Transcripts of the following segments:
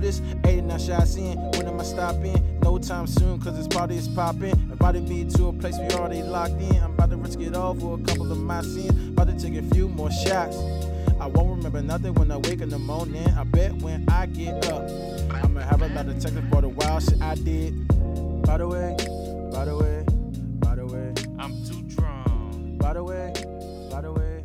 this. 89 shots in, when am I stopping? No time soon, cause this party is popping. Invited me to a place we already locked in. I'm about to risk it all for a couple of my sins. About to take a few more shots. I won't remember nothing when I wake in the morning. I bet when I get up, I'ma have a lot of texts for the wild shit I did. By the way, by the way, by the way, I'm too drunk. by the way, by the way,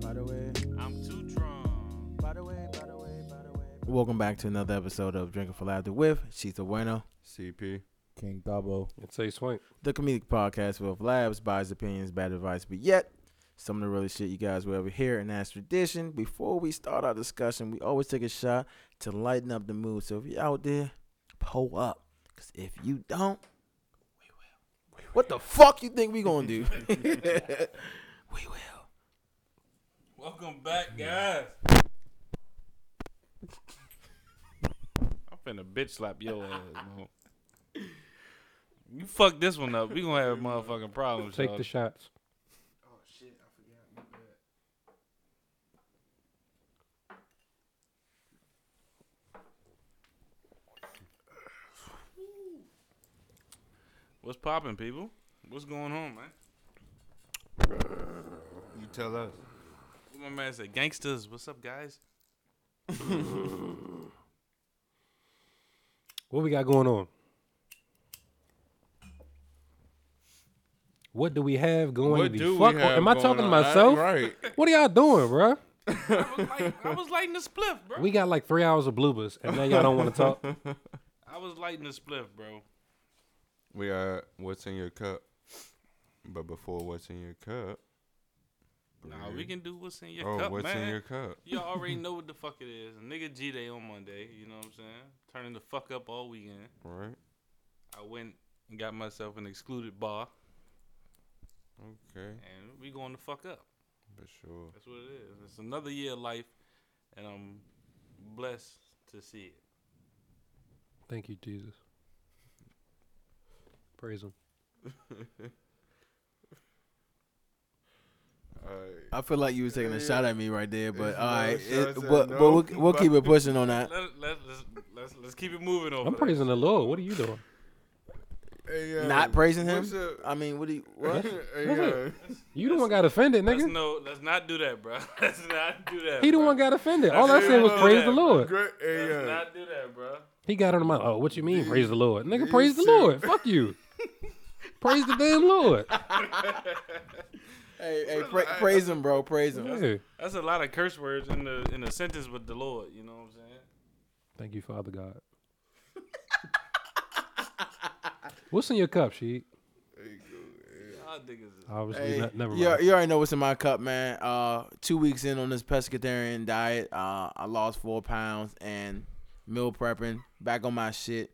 by the way. I'm too drunk. By the way, by the way, by the way. Welcome back to another episode of Drinking for Laughter with She's a Bueno, CP. King Dabo. It's a swank. the comedic podcast with laughs, biased opinions, bad advice, but yet some of the really shit you guys will ever hear. And as tradition, before we start our discussion, we always take a shot to lighten up the mood. So if you're out there, pull up, cause if you don't, we will. What the fuck you think we gonna do? we will. Welcome back, guys. I'm finna bitch slap your ass, man. You fuck this one up. We gonna have motherfucking problems. Take y'all. the shots. What's popping, people? What's going on, man? You tell us. What my man said, gangsters. What's up, guys? What we got going on? What do we have going? What the do fuck we on- have Am I going talking to on? myself? right. What are y'all doing, bruh? I was, light, I was lighting a spliff, bro. We got like three hours of bloopers, and now y'all don't want to talk. I was lighting a spliff, bro. We are what's in your cup. But before what's in your cup. Nah, we can do what's in your Oh, cup, what's man. in your cup? You already know what the fuck it is. Nigga G Day on Monday, you know what I'm saying? Turning the fuck up all weekend. Right. I went and got myself an excluded bar, Okay. and we going to fuck up. For sure. That's what it is. It's another year of life, and I'm blessed to see it. Thank you, Jesus. Praise him. All right. I feel like you was taking a shot at me right there, but It's all right, no it, shots at but, but no we'll, we'll keep it pushing on that. Let, let, let's, let's, let's keep it moving Oh, over. I'm praising the Lord. What are you doing? Hey, yo, Not praising him. what's up? I mean, what do you what? Hey, yo. You the one got offended, Let's, nigga. no, let's not do that, bro. Let's not do that. He the bro. one got offended. That's All I it. said was No, praise that- the Lord. Great. Hey, uh, Let's yo. not do that, bro. He got on the mic. Oh, what you mean? Praise the Lord, nigga. these Praise the two- Lord. Fuck you. Praise the damn Lord. hey, hey, pra- praise him, bro. Praise him. Yeah. That's a lot of curse words in the in a sentence with the Lord. You know what I'm saying? Thank you, Father God. What's in your cup, she? Y'all niggas is Obviously, Hey, not, never you, mind. you already know what's in my cup, man. Uh, two weeks in on this pescatarian diet, uh, I lost four pounds and meal prepping, back on my shit.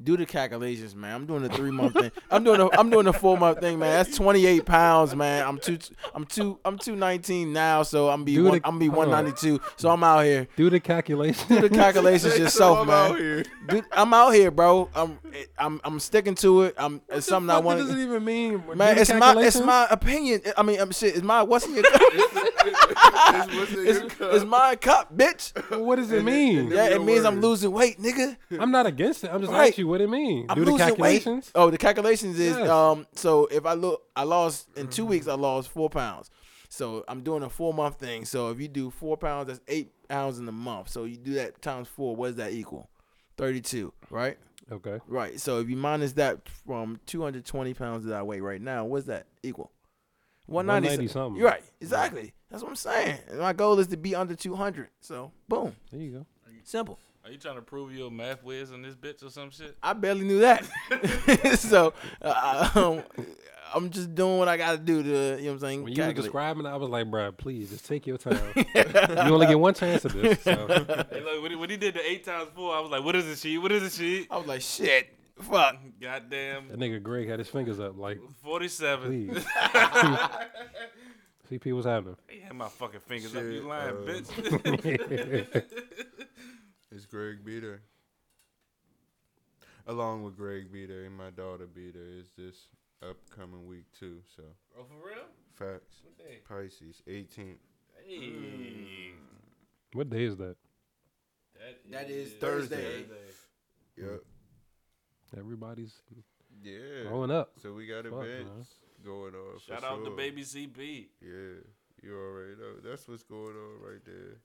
Do the calculations, man. I'm doing a three month thing. I'm doing a I'm doing a four month thing, man. That's 28 pounds, man. I'm two I'm two I'm 219 now, so I'm be Do one, the- I'm be hold on. 192. So I'm out here. Do the calculation. Do the calculations Hey, yourself, I'm man. out here. Dude, I'm out here, bro. I'm I'm I'm sticking to it. I'm it's something I What want. does it even mean? Do Man, the it's my it's calculations? my opinion. I mean, um, shit, it's my what's in your It's what's in your it's, cup. it's my cup, bitch. Well, What does it mean? Yeah, it your means I'm word. losing weight, nigga. I'm not against it. I'm just Right. asking you what it means. I'm Do the losing calculations. weight. Oh, the calculations is Yes. Mm. um. So if I look, I lost in two weeks. I lost four pounds. So I'm doing a four month thing. So if you do four pounds, that's eight pounds in a month. So you do that times four. What does that equal? Thirty two, right? Okay. Right. So if you minus that from 220 pounds that I weigh right now, what's that equal? 190 something. You're right. Exactly. That's what I'm saying. And my goal is to be under 200. So boom, There you go. simple. Are you trying to prove your math whiz in this bitch or some shit? I barely knew that. so uh, um, I'm just doing what I got to do to, you know what I'm saying? When you were calculate. describing it, I was like, bruh, please just take your time. you only get one chance at this. So. Hey, look, when he, when he did the eight times four, I was like, "What is it, she? What is it, she?" I was like, shit, fuck. Goddamn, That nigga Greg had his fingers up, like, forty-seven. please. CP, what's happening? He had my fucking fingers up. Shit, You lying, uh, bitch. It's Greg Beater. Along with Greg Beater and my daughter Beater is this upcoming week too. So oh, for real? facts. Pisces, 18th. Hey, What day is that? That is Thursday. Thursday. Yep. Everybody's Yeah. growing up. So we got Fuck, events going on. Shout for out to sure. Baby CP. Yeah, you already know. That's what's going on right there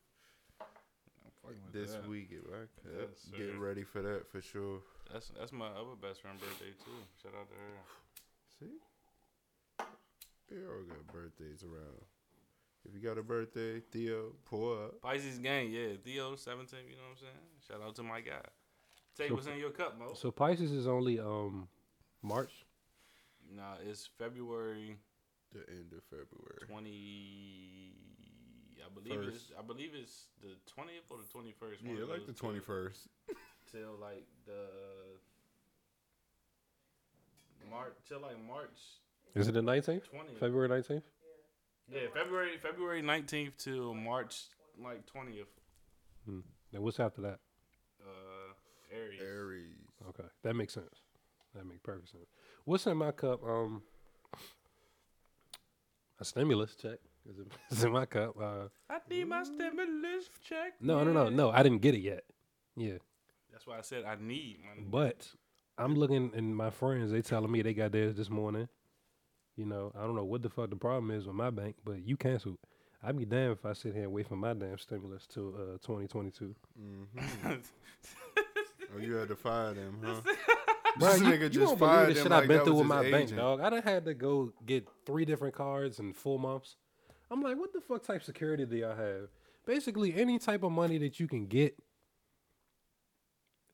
this that. week at Rock Cup. Yes, Get sir. ready for that for sure. That's that's my other best friend birthday too. Shout out to her. See, they all got birthdays around. If you got a birthday, Theo, pour up. Pisces gang, yeah. Theo, 17, you know what I'm saying? Shout out to my guy. Take So- what's in your cup, Mo. So Pisces is only um March. Nah, it's February The end of February. 20. I believe it's First. I believe it's the 20th or the 21st. one Yeah, of like the those twenty first. two, Till like the March till like March Is it the nineteenth? 20th. February nineteenth? Yeah, February February 19th till March like 20th. Then what's after that? Uh, Aries. Aries. Okay, that makes sense. That makes perfect sense. What's in my cup? Um, a stimulus check is in, is in my cup. Uh, I need my stimulus check. no, no, no, no. I didn't get it yet. Yeah, That's why I said I need my but I'm looking, and my friends they telling me they got theirs this morning. You know, I don't know what the fuck the problem is with my bank, but you canceled. I'd be damned if I sit here and wait for my damn stimulus till uh, 2022. Mm-hmm. Oh, you had to fire them, huh? this you, you nigga just won't believe fired the them shit like I've been that through was with his my bank, agent. dog. I done had to go get three different cards in four months. I'm like, what the fuck type security do y'all have? Basically, any type of money that you can get,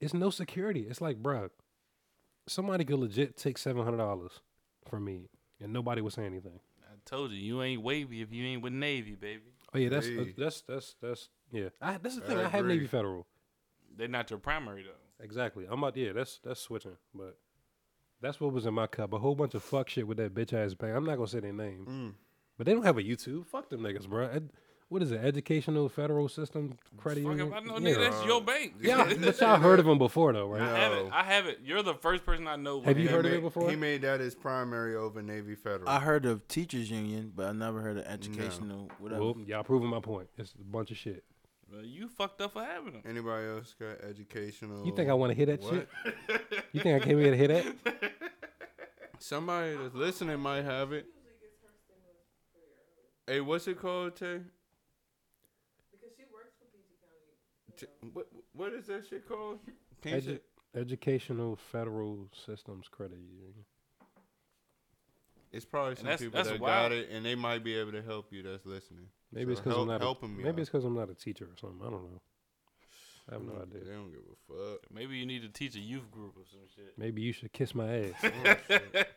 it's no security. It's like, bruh, somebody could legit take seven hundred dollars from me, and nobody would say anything. I told you, you ain't wavy if you ain't with Navy, baby. Oh yeah, that's Hey. that's that's that's yeah. I, that's the I thing. I, have agree. Navy Federal. They're not your primary though. Exactly. I'm about yeah, that's that's switching, but that's what was in my cup. A whole bunch of fuck shit with that bitch ass bank. I'm not gonna say their name. Mm. But they don't have a YouTube. Fuck them niggas, bro. Ed, what is it? Educational Federal System Credit Fuck Union? if I know, yeah. nigga, that's your bank. yeah, but y'all heard of them before though, I right? have No. it. I have it. You're the first person I know. with Have you Navy. heard of He it made- before? He made that his primary over Navy Federal. I heard of teachers union, but I never heard of educational whatever. Well, y'all proving my point. It's a bunch of shit. Well, you fucked up for having them. Anybody else got educational? You think I want to hear that Oh, What? shit? You think I came here to hear that? Somebody that's listening might have it. Hey, what's it called, Tay? Because she works for PG County. T- what what is that shit called? Can't Edu- you- Educational Federal Systems Credit Union. it's probably some that's- people that's that wild. got it, and they might be able to help you. That's listening. Maybe So it's because help- I'm not a, helping me. Maybe out. it's because I'm not a teacher or something. I don't know. I have no idea. They don't give a fuck. Maybe you need to teach a youth group or some shit. Maybe you should kiss my ass. Oh,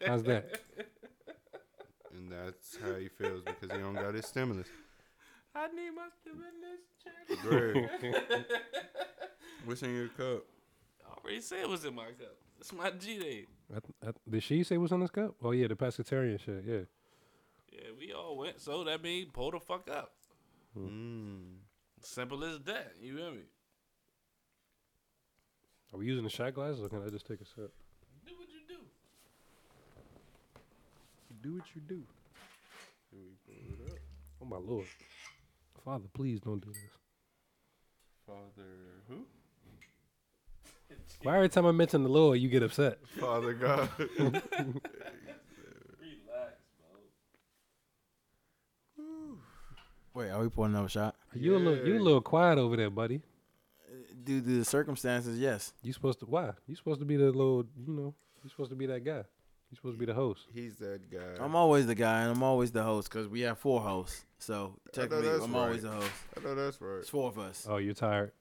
How's that? And that's how he feels because he don't got his stimulus. I need my stimulus check. Greg, what's in your cup? I already said it was in my cup. It's my G day. I, I, did she say what's in this cup? Oh yeah, the pescatarian shit. Yeah. Yeah, we all went. So that means pull the fuck up. Hmm. Mm. Simple as that. You hear me? Are we using the shot glasses or can I just take a sip? Do what you do. You do what you do. Here we pull it up. Oh my lord, Father, please don't do this. Father who? Why every time I mention the Lord, you get upset? Father God. Relax, bro. Wait, are we pouring another shot? You a little, you a little quiet over there, buddy. Due to the circumstances, yes. You supposed to why? You supposed to be the little, you know, you supposed to be that guy. You supposed to be the host. He's that guy. I'm always the guy and I'm always the host because we have four hosts. So technically, that's I'm always the right. host. I know that's right. It's four of us. Oh, you're tired.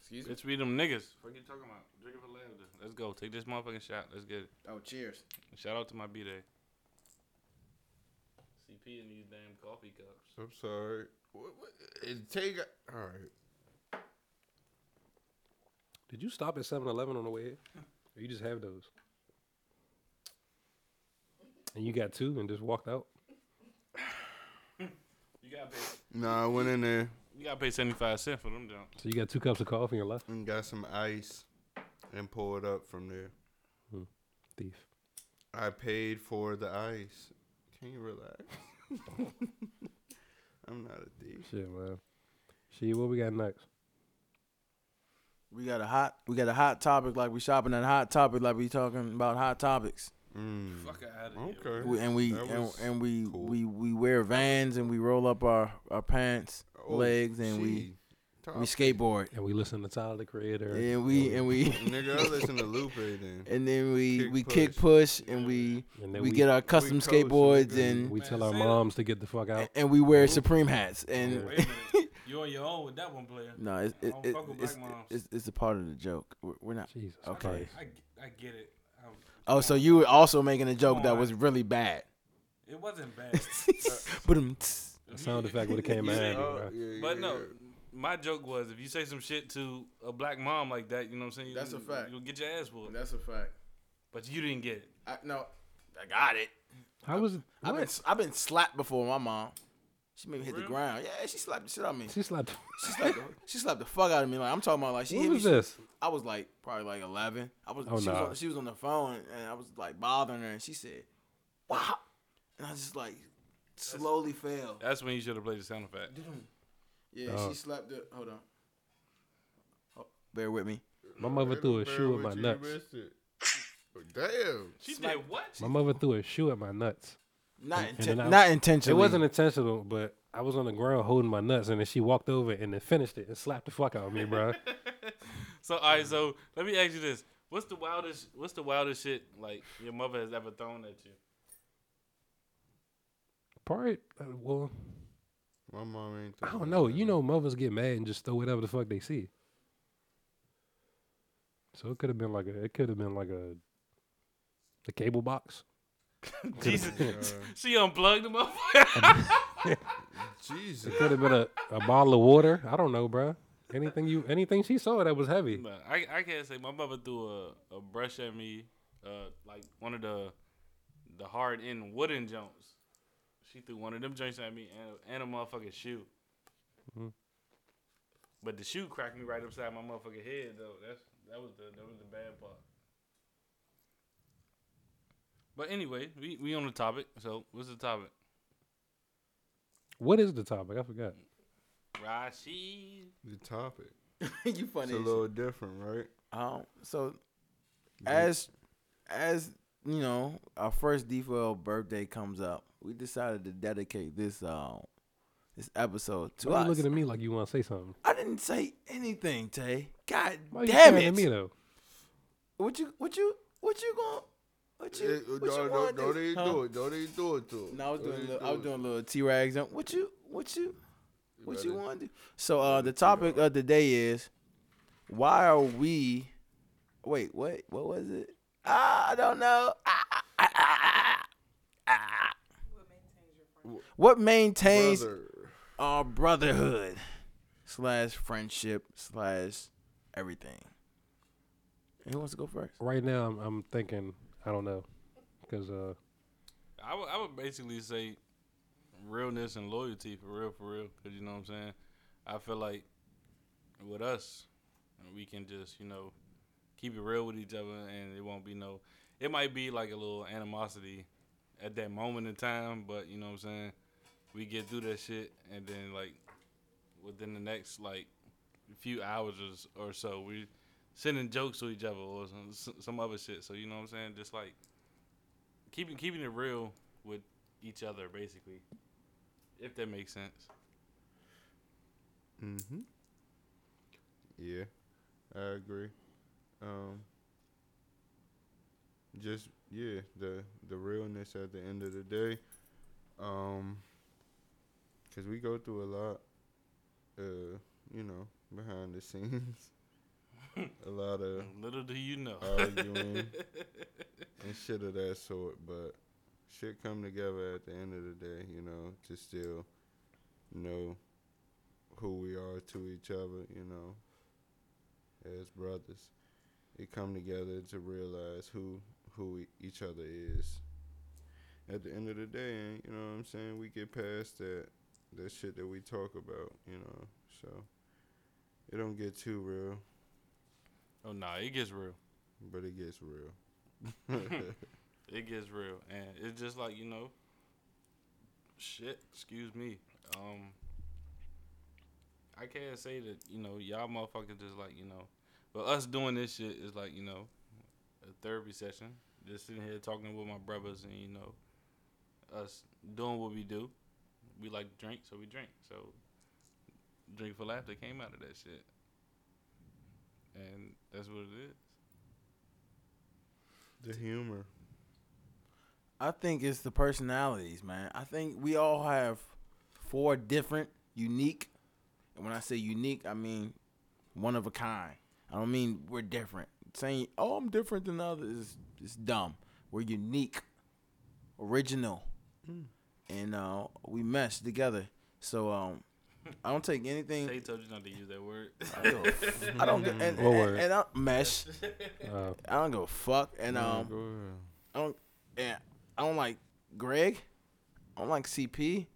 Excuse It's we them niggas. What you talking about? Drinking for laughter. Let's go. Take this motherfucking shot. Let's get it. Oh, cheers. Shout out to my B day. CP in these damn coffee cups. I'm sorry. What, what, it take. All right. Did you stop at 7-Eleven on the way here? Or you just have those? And you got two and just walked out? You gotta pay. Nah, I went in there You gotta pay seventy five cents for them down. So you got two cups of coffee and left? and got some ice and poured up from there. Thief. I paid for the ice. Can you relax? I'm not a thief. Shit, man. She, what we got next? We got a hot we got a hot topic like we shopping at hot topic like we talking about hot topics. Mm. Fuck out of here. Okay. We, and we That and, was and we, cool. we we wear vans and we roll up our, our pants Oh, legs and we gee. Top- we skateboard. And we listen to Tyler the Creator. And we and we Nigga, I listen to Lupe then. and then we Kick we kick push and we And we, then get our custom coach and skateboards we- and we tell our Man, say that. moms to get the fuck out. and we wear Supreme hats and Wait a minute. You're on your own with that one player. no, it's I it, don't it, fuck with it's, black moms. it's it's a part of the joke. We're, we're not. Jesus. Okay. Christ. I, I- I get it. I, Oh, so you were also making a joke that on. was really bad. it wasn't bad. But um, tss. The sound effect would have came You in said- handy, Oh, bro. yeah, But yeah, no, yeah. my joke was if you say some shit to a black mom like that, you know what I'm saying? That's a fact. You'll get your ass whooped. that's a fact. But you didn't get it. I, no, I got it. How was it? I've been I've been slapped before. My mom, she made me hit the Really? ground. Yeah, she slapped the shit out of me. She slapped. She slapped the, she slapped the fuck out of me. Like I'm talking about, like she What hit me. was this? I was like probably like 11. I was, Oh, she, was nah. on, she was on the phone and I was like bothering her and she said, "Wow," and I just like slowly fell. That's when you should have played the sound effect. Yeah, Dog. she slapped the. Hold on. Oh, bear with me. My mother threw a Bear shoe at with my you, you nuts. missed it. Damn. She Smack- did what? My mother threw a shoe at my nuts. Not And- inten- and then I- not It intentionally. wasn't intentional, but I was on the ground holding my nuts, and then she walked over and then finished it and slapped the fuck out of me, bro. So all right, so let me ask you this: What's the wildest? What's the wildest shit like your mother has ever thrown at you? Part, uh, well, My mom ain't. I thinking don't know. about You that. know, mothers get mad and just throw whatever the fuck they see. So it could have been like a, it could have been like a, the cable box. Jesus, uh, she unplugged the motherfucker. Jesus. Could have been a, a bottle of water. I don't know, bro. Anything you, anything she saw that was heavy. Nah, I I can't say my mother threw a, a brush at me, uh, like one of the the hard end wooden joints. She threw one of them joints at me and, and a motherfucking shoe. Mhm. But the shoe cracked me right upside my motherfucking head though. That's that was the that was the bad part. But anyway, we, we on the topic. So what's the topic? What is the topic? I forgot. Rashid. The topic. you funny. It's a as little different, right? Um, so as as you know, our first D4L birthday comes up. We decided to dedicate this uh, this episode to Why us. you looking at me like you want to say something? I didn't say anything, Tay. God Why you damn staring it! at me though? What you what you what you going? What you It- uh, what you no, no, want don't this- even huh? do it. Don't even do it to him. No, I was Don't doing even little, do I was it. doing little T rags. What you what you what you better- want to do? So uh, the topic of the day is why are we? Wait, what? What was it? Ah, I don't know. Ah, ah, ah, ah, ah, ah. What maintains your friendship? What maintains Brother. our brotherhood slash friendship slash everything? And Who wants to go first? Right now, I'm, I'm thinking I don't know, because uh, I would I would basically say realness and loyalty for real, for real. Because you know what I'm saying? I feel like with us, we can just, you know, keep it real with each other and it won't be no, it might be like a little animosity at that moment in time, but you know what I'm saying? We get through that shit and then, like, within the next, like, few hours or s- or so, we sending jokes to each other or some, s- some other shit. So, you know what I'm saying? Just like, keeping keeping it real with each other, basically. If that makes sense. Mm-hmm. Yeah, I agree. Um, just yeah, the the realness at the end of the day, um, cause we go through a lot, uh, you know, behind the scenes, a lot of Little do you know. arguing and shit of that sort, but shit come together at the end of the day, you know, to still know who we are to each other, you know, as brothers. It come together to realize who who we, each other is. At the end of the day, and you know what I'm saying, we get past that that shit that we talk about, you know. So it don't get too real, oh nah, it gets real. but it gets real. It gets real, and it's just like you know. Shit, excuse me. Um, I can't say that you know y'all motherfuckers just like you know. But us doing this shit is like you know, a therapy session. Just sitting here talking with my brothers and you know, us doing what we do. We like to drink, so we drink. So, drink for laughter came out of that shit, and that's what it is. The humor. I think it's the personalities, man. I think we all have four different, unique, and when I say unique, I mean one of a kind. I don't mean we're different. Saying, oh, I'm different than others is, is dumb. We're unique, original, Hmm. and uh, we mesh together. So um, I don't take anything. Tay told you not to use that word. I don't, I don't and, and, What word? and, I mesh. Uh, I don't give a fuck. And um, Go ahead. I don't. Yeah, I don't like Greg. I don't like CP.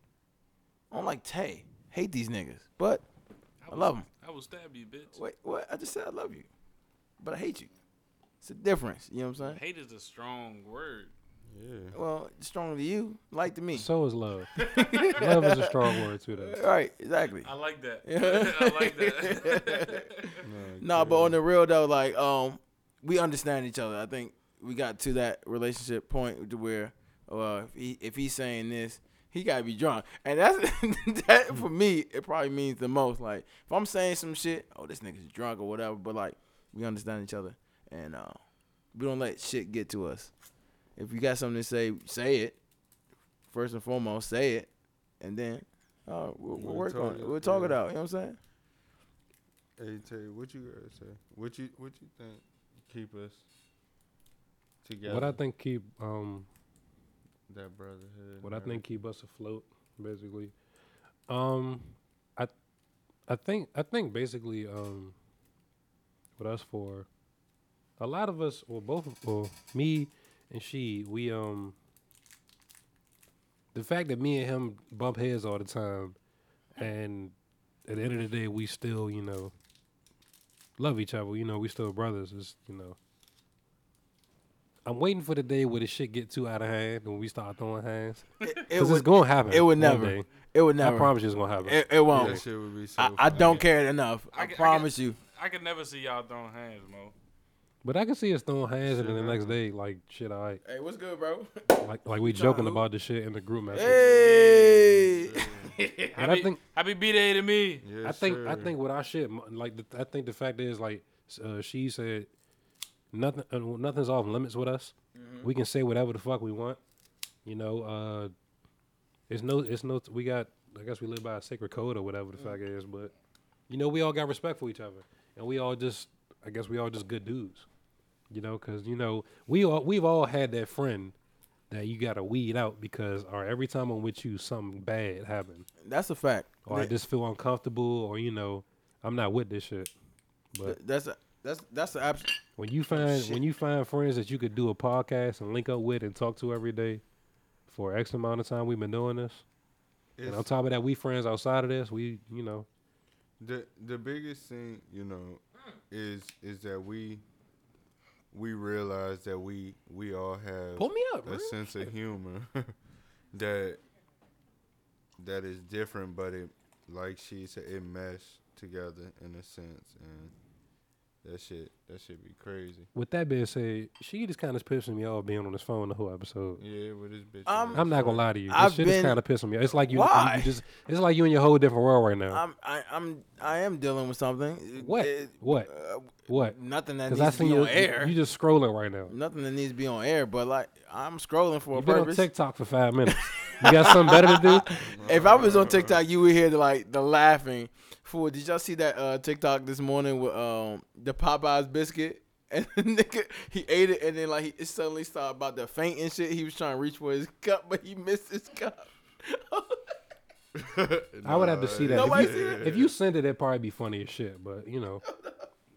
I don't like Tay. Hate these niggas, but I love 'em. I will stab you, bitch. wait, what? I just said I love you, but I hate you. It's a difference. You know what I'm saying? Hate is a strong word. Yeah. Well, strong to you, like to me. so is love. love is a strong word too. Though. All right, exactly. I like that. Yeah. I like that. Nah, but on the real though, like um, we understand each other. I think we got to that relationship point to where, well, if he if he's saying this, he gotta be drunk, and that's that for me. It probably means the most. Like if I'm saying some shit, oh, this nigga's drunk or whatever. But like we understand each other, and uh, we don't let shit get to us. If you got something to say, say it. First and foremost, say it, and then uh, we'll, we'll We'll work talk on it. it, We'll talk yeah. it out. You know what I'm saying? Hey Tay, what you guys say? What you what you think keep us together? What I think keep um that brotherhood. what and I think keep us afloat, basically. Um, I, I think I think basically um, with us for, a lot of us, well, both, of- well, me and she, we um. The fact that me and him bump heads all the time, and at the end of the day, we still, you know, love each other. You know, we still brothers. It's, you know, I'm waiting for the day where the shit get too out of hand and we start throwing hands. It, it Because it's would, gonna happen. it would one never. day. it would never. I promise you, it's gonna happen. It, it everything. won't. That shit would be so. I, I funny. don't care enough. I I, get- I promise you. I could never see y'all throwing hands, Mo. but I can see us throwing hands, and then the Shit, next day, like shit, I Hey, what's good, bro? like like we tryna joking hoop? about the shit in the group message. Hey. And I think Happy B Day to me. Yes, I think sir. I think with our shit, m- like the, I think the fact is like s- uh, she said, nothing uh, nothing's off limits with us. Mm-hmm. We can say whatever the fuck we want. You know, uh, it's no it's no we got I guess we live by a sacred code or whatever the Mm. fuck is, but you know we all got respect for each other, and we all just I guess we all just good dudes. You know, because you know we all we've all had that friend that you gotta weed out because or every time I'm with you, something bad happened That's a fact. or Oh, I Th- just feel uncomfortable, or you know, I'm not with this shit. th- But that's a, that's that's an absolute. when you find Oh, shit. when you find friends that you could do a podcast and link up with and talk to every day for X amount of time, we've been doing this, and on It's- top of that, we friends outside of this. We, you know, the the biggest thing you know is is that we we realize that we we all have me up. a sense of humor that that is different, but it like she said, it meshed together in a sense, and that shit that should be crazy. With that being said, she just kind of pissing me off being on this phone the whole episode. Yeah, with this bitch. I'm- I'm not gonna lie to you. This Mm, I've shit is been- kind of pissing me. off. It's like you, you- Why? you just. It's like you in your whole different world right now. I'm I, I'm I am dealing with something. what? It- what? uh, What? nothing that Because I needs to seen be you. on air. You just scrolling right now. nothing that needs to be on air. But like I'm scrolling for You've a been on purpose. TikTok for five minutes. You got something better to do? If I was on TikTok, you would hear the like the laughing. Fool, did y'all see that uh, TikTok this morning with um the Popeyes biscuit? And the nigga, he ate it, and then like he it suddenly started about to faint and shit. He was trying to reach for his cup, but he missed his cup. I would have to see that. Nobody If seen you, it? if you send it, it'd probably be funny as shit. But you know,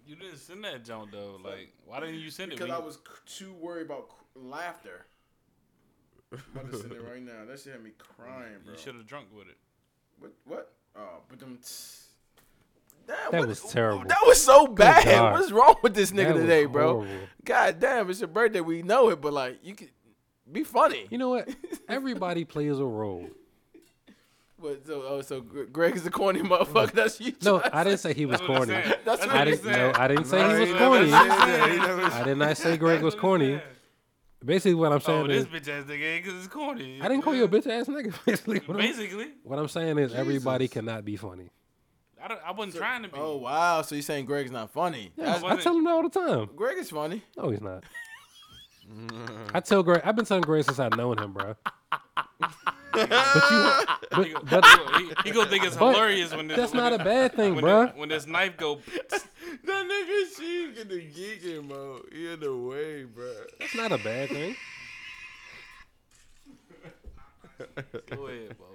You didn't send that junk though. Like, why didn't you send it? Because We- I was c- too worried about c- laughter. I'm about to send it right now. That shit had me crying, bro. you should have drunk with it. What? What? Oh, but them. tss. Damn, That what- was terrible. That was so bad. God. What's wrong with this That nigga was today, bro? horrible. God damn, it's your birthday. We know it, but like, you could be funny. You know what? Everybody plays a role. What, so, oh, so Gre- Greg is a corny motherfucker. That's you. No, trying to I didn't say. say he was That's what I'm corny. saying. That's That's what I he he didn't. No, said. I didn't say No, he was ain't never corny. said I that. He never said- did not say Greg was corny. Basically, what I'm Oh, saying this is, bitch ass nigga because it's corny. I didn't call you a bitch ass nigga. Basically, what I'm, Basically, what I'm saying is, everybody Jesus. cannot be funny. I, don't, I wasn't trying to be. Oh wow! So you're saying Greg's not funny? Yeah, I I tell him that all the time. Greg is funny. No, he's not. I tell Greg. I've been telling Greg since I've known him, bro. but you, He, go, but- he, he gonna think it's But hilarious when this, that's when not this- a bad thing, when bruh. this- when this knife go, That nigga, she get the geeking mode. He in the way, bro. that's not a bad thing. go ahead, bro.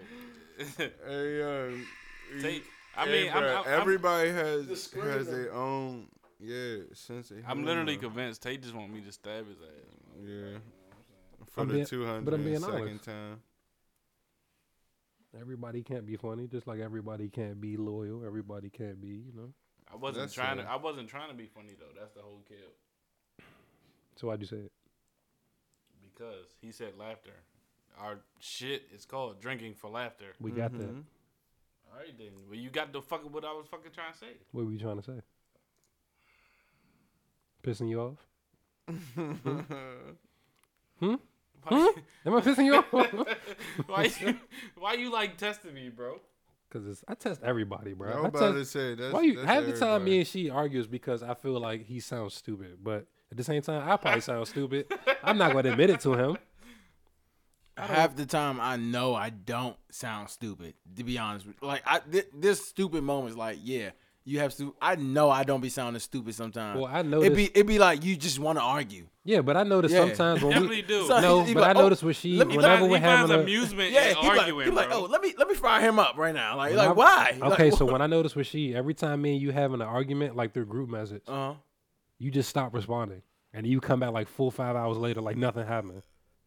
Hey, um, Take- I hey, mean, I'm, bruh, I'm, I'm, everybody has screen has though. their own yeah sense of humor. I'm literally convinced Tate just want me to stab his ass. yeah. For I'm the being- two but I'm being hundred second honest. time. Everybody can't be funny, just like everybody can't be loyal. Everybody can't be, you know. I wasn't That's trying fair. to. I wasn't trying to be funny though. That's the whole kill. So why'd you say it? Because he said laughter. Our shit is called drinking for laughter. We got that. Mhm. All right then. Well, you got the fucking what I was fucking trying to say. What were you trying to say? Pissing you off? Mm-hmm. Why, Am I pissing you off? why, you, why you like testing me, bro? Because I test everybody, bro. I was I about to test- say that's why you that's half the time everybody. me and she argues because I feel like he sounds stupid, but at the same time I probably sound stupid. I'm not gonna admit it to him. Half the time, I know I don't sound stupid. To be honest, with like I thi- this stupid moments, like yeah, you have to. I know I don't be sounding stupid sometimes. Well, I it noticed. be it be like you just want to argue. yeah, but I noticed Yeah. sometimes when Definitely we do. So- no, He but I like, oh, noticed when she let me He whenever finds- we're he finds having a, amusement Yeah, in he like, arguing, he like, bro. oh, let me let me fry him up right now. Like, when like oh. I- why? Okay, so when I noticed when she every time me and you having an argument like through group message, uh huh. you just stop responding and you come back like full five hours later like nothing happened.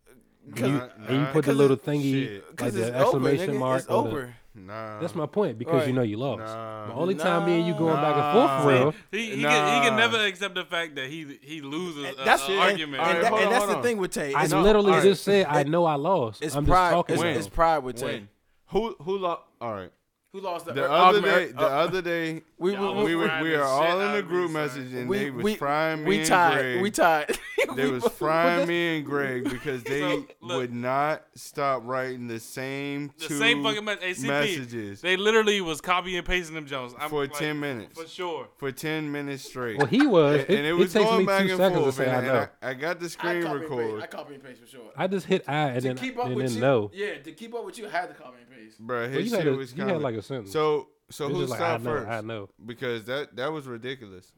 And you, Nah, and you nah, put the 'cause little it- thingy shit. like Because the it's over. exclamation Nigga. mark. it's or the- over. Nah. that's my point because you Uh. Right. know you lost. The Nah. only time me and you going back and forth for Nah. real, He, he, can, he can Nah. never accept the fact that he he loses And a, that's a and- And, argument. Alright, that- hold and on, that's hold the on. thing with Tay. I It's, literally alright. just said I know I lost. it's I'm just pride. talking It's, about it's pride with Tay. Win. Who who lost? All right. Who lost The Uh, other day, the other day, we, Y'all we, we was were frying we the are all shit in out a of group me, message son. and we, they was we, frying me we and tied. Greg. We tied. They was frying me and Greg because they So, look. would not stop writing the same the two same fucking mess- ACP, messages They literally was copying and pasting them Jones I'm for like, ten minutes. for sure. For ten minutes straight. Well, he was. it, and, and it it was takes going me back two and seconds forth. to say and, I and know. I, I got the I screen copy and paste. I record, copy and paste for sure. I just hit I and to then keep up and with then you, no. yeah, to keep up with you, I had to copy and paste. bro. Well, His you had, shit a, was you had coming. like a sentence. so so It's who just like, I stopped know, first? I know. Because that that was ridiculous.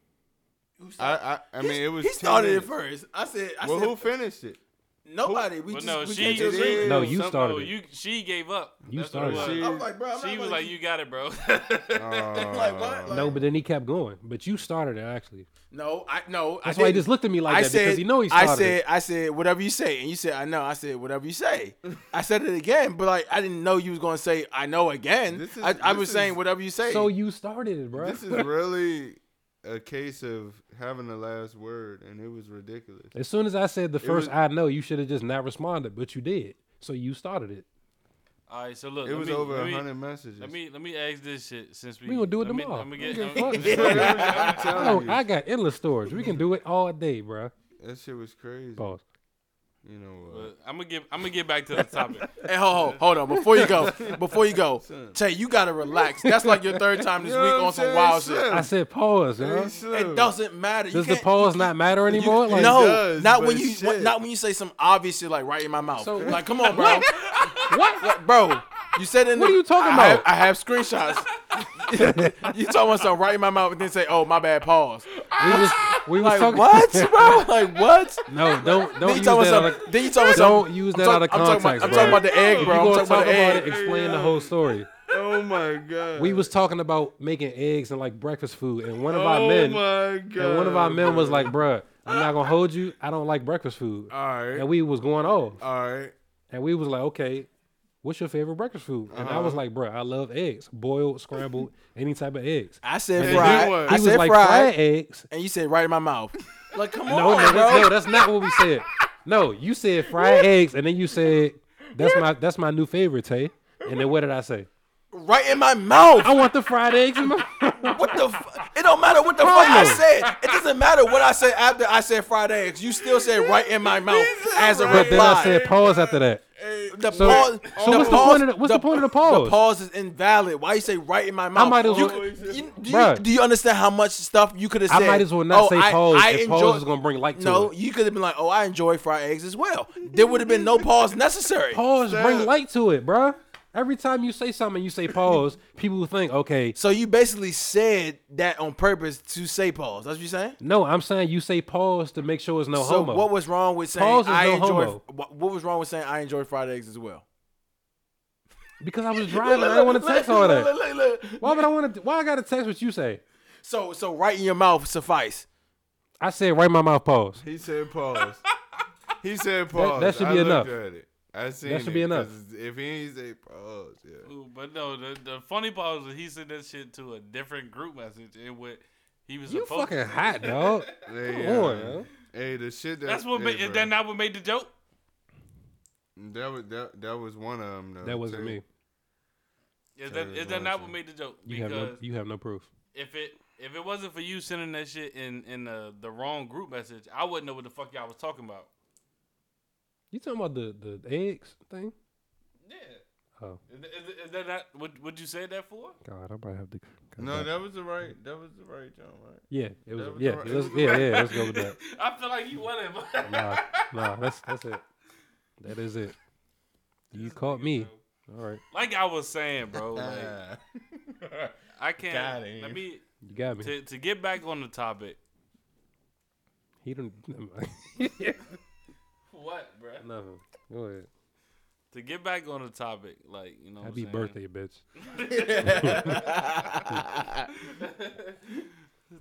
Who started- I I, I mean it was. he 10 started minutes. it first. I said, I Well, said, who finished it? nobody. We But just no, we she, came to just- agreement. she No, you some- started no, it. oh, you she gave up. You That's what it started was. it. I'm like, bro, I'm She not was gonna like, keep- "You got it, bro." Uh, Like, what? Like- Uh, No, but then he kept going. But you started it actually. No, I no. That's I why he didn't. just looked at me like I that said, because he know he started. I said, it. I said, whatever you say, and you said, I know. I said, whatever you say. I said it again, but like I didn't know you was gonna say, I know again. This is- I, I this was is- saying whatever you say. So you started it, bro. This is really a case of having the last word, and it was ridiculous. as soon as I said the first was- I know, you should have just not responded, but you did. So you started it. All right, so look, It let was me- over let a me- hundred messages. Let me let me ask this shit since we We gonna do it let me- tomorrow. I'ma I get- don't I'ma- give a fuck. I'm I, telling don't, you, Oh, I got endless storage. We can do it all day, bro. that shit was crazy. Pause. You know what? But I'm gonna get I'm gonna get back to the topic. hey, hold, hold, hold on, before you go, before you go, Tay, you gotta relax. That's like your third time this You know week what I'm on some saying? wild Slim. shit. I said pause, you know? Hey, Slim. It doesn't matter. You Does the can't- pause not matter you- anymore? Like, no, does, not when but you shit. not when you say some obvious shit like right in my mouth. So- like, come on, bro, What? bro. You said it. In What the, are you talking I have- about? I have screenshots. you talking about something right in my mouth and then say, "Oh, my bad." Pause. We was, we was Like talking. what, bro? Like what? No, don't Then don't you talking about use that. out something. of- Then you talking about Don't something. use I'm that talk- out of I'm talking context, about, I'm talking bro. about the egg, If bro. you I'm gonna talking talk about the about egg. it, explain the whole story. Oh my god. We was talking about making eggs and like breakfast food, and one of our Oh men, my god. and one of our men was like, "Bruh, I'm not gonna hold you. I don't like breakfast food." All right. And we was going off, Uh, All right. and we was like, "Okay, what's your favorite breakfast food?" And I uh-huh. was like, "Bruh, I love eggs, boiled, scrambled, any type of eggs." I said And fried. he was- I He was said like, "Fried fried, eggs." and you said right in my mouth. Like, come No, no, on, that's, bro. no, that's not what we said. No, you said fried eggs, and then you said that's my that's my new favorite, Tay. And then what did I say? right in my mouth. I want the fried eggs in my. What the? F- it don't matter what the fuck I said. It doesn't matter what I said after I said fried eggs. You still said right in my mouth as a reply. but then I said pause after that. the so- pause. so what's the point of the- what's the point of the pause? The pause is invalid. Why you say right in my mouth? might as you, well- could- you- do, you, Bruh. do you understand how much stuff you could have I said? might as well not "Oh, say I- pause. I if enjoy- pause is gonna bring light to no, it. you could have been like, "Oh, I enjoy fried eggs as well." There would have been no pause necessary. Pause bring light to it, bruh. Every time you say something, you say pause. People think, okay, So you basically said that on purpose to say pause. That's what you're saying. no, I'm saying you say pause to make sure it's no so homo. what was wrong with saying Pause is I no enjoy? homo. wha- What was wrong with saying I enjoy fried eggs as well? because I was driving, I didn't want to text all that. Look, look, look, look. Why would I want to? Why I gotta text what you say? So, so right in your mouth suffice. I said right in my mouth pause. He said pause. he said pause. that should I be enough. looked At it. I seen That should it, be enough. 'cause If he ain't say pause, yeah. Ooh, but no, the, the funny part was that he sent that shit to a different group message. It went, he was You supposed to- fucking hot, dog. Hey, Come on, uh, yo. Hey, the shit that That's what hey, made. Is bruh. that not what made the joke? That was that, that was one of them. Though, That wasn't too. me. Is that Terrorist is that not what launcher. made the joke? You have no. You have no proof. if it if it wasn't for you sending that shit in in the, the wrong group message, I wouldn't know what the fuck y'all was talking about. You talking about the the eggs thing? Yeah. Oh Is, is, is that not what would you say that for? God, I might have to. No, that was the right. That was the right John, right? Yeah, it was. that was yeah, alright. let's, yeah, yeah. Let's go with that. I feel like you won it. but- Nah, nah. That's that's it. That is it. You This caught nigga, me. bro. All right, Like I was saying, bro. Like, I Got can't. him. Let me you got me. to to get back on the topic. He don't. never mind. What, bro? no, go ahead. To get back on the topic, like you know. what I'm Happy saying? birthday, bitch.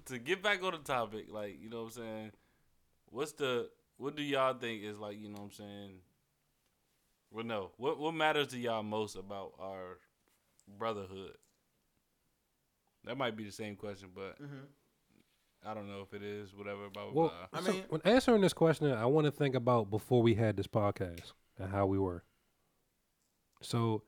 to get back on the topic, like, you know what I'm saying? What's the what do y'all think is like, you know what I'm saying? Well no. What what matters to y'all most about our brotherhood? That might be the same question, but I don't know if it is, whatever, blah blah Well, blah. I I mean, mean- when answering this question, I want to think about before we had this podcast and how we were. So,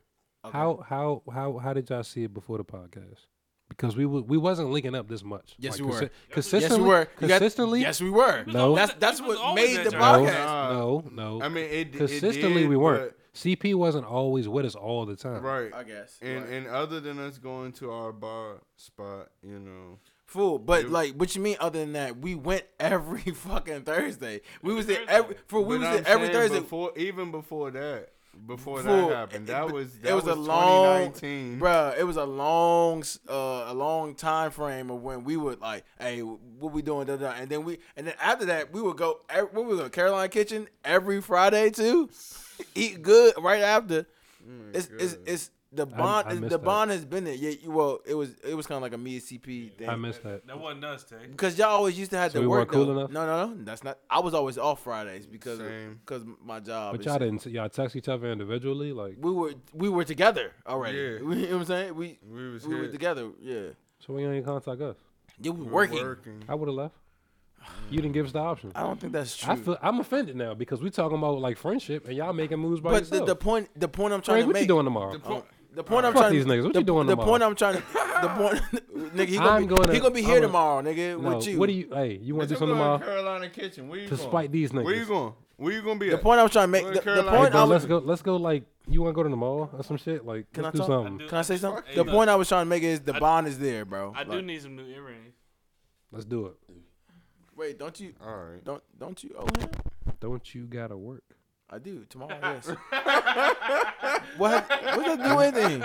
how how how how did y'all see it before the podcast? Because we wa- we wasn't linking up this much. Yes, we we were. Consistently, yes, we were. You got- consistently. yes, we were. No. That's that's He was what always made at the your no, podcast. podcast. no, no. uh, I mean, it consistently it did, we weren't. but- CP wasn't always with us all the time. right. I guess. And Right. and other than us going to our bar spot, you know, Fool, but It- like, what you mean? Other than that, we went every fucking Thursday. We was there Thursday. every. Fool, we But was I'm there every saying Thursday. Before, even before that, before Fool, that happened, it- that it- was it that was a long- 2019. Bruh, it was a long, s- uh, a long time frame of when we would like, hey, what we doing? Da, da. And then we, and then after that, we would go. ev- What we go? Caroline Kitchen every Friday too. Eat good right after. it's, it's it's the bond. I is- missed the that. bond has been there. Yeah, you, well, it was it was kind of like a me and CP thing. I missed that. That wasn't us, Tay. Because y'all always used to have So to we work. weren't cool though. enough? No, no, no. That's not. I was always off Fridays because Same. because my job. But is- y'all didn't. Y'all text each other individually, like. We were we were together already. Yeah. You know what I'm saying? We we was we here. were together. Yeah. So why you ain't contact us? Yeah, we We were working. I would have left. You didn't give us the option. I don't think that's true. I feel I'm offended now because we talking about like friendship and y'all making moves by but the, yourself. the point the point I'm Craig, trying what to you make. doing tomorrow? Oh, the point I'm Fuck trying these niggas. What the, you doing The tomorrow? point I'm trying to. The point, nigga. He gonna I'm be, gonna- he gonna be I'm here gonna- tomorrow, nigga. No, with you. What do you? Hey, you want to do something tomorrow? tomorrow? Carolina kitchen. Where you To going? spite these Where you niggas. going? Where you gonna be? The at? point I'm trying to make. Go The, to the Caroline. Hey, point bro, I let's was. go. Let's go. Like you want to go to the mall or some shit? Like Can I let's do talk? something. do- Can I say something? Hey, The look, point I was trying to make is the I- bond is there, bro. I do Like, need some new earrings. Let's do it. Wait, don't you? All right. Don't don't you owe him? Don't you gotta work? I do tomorrow. Yes. what? What that do anything?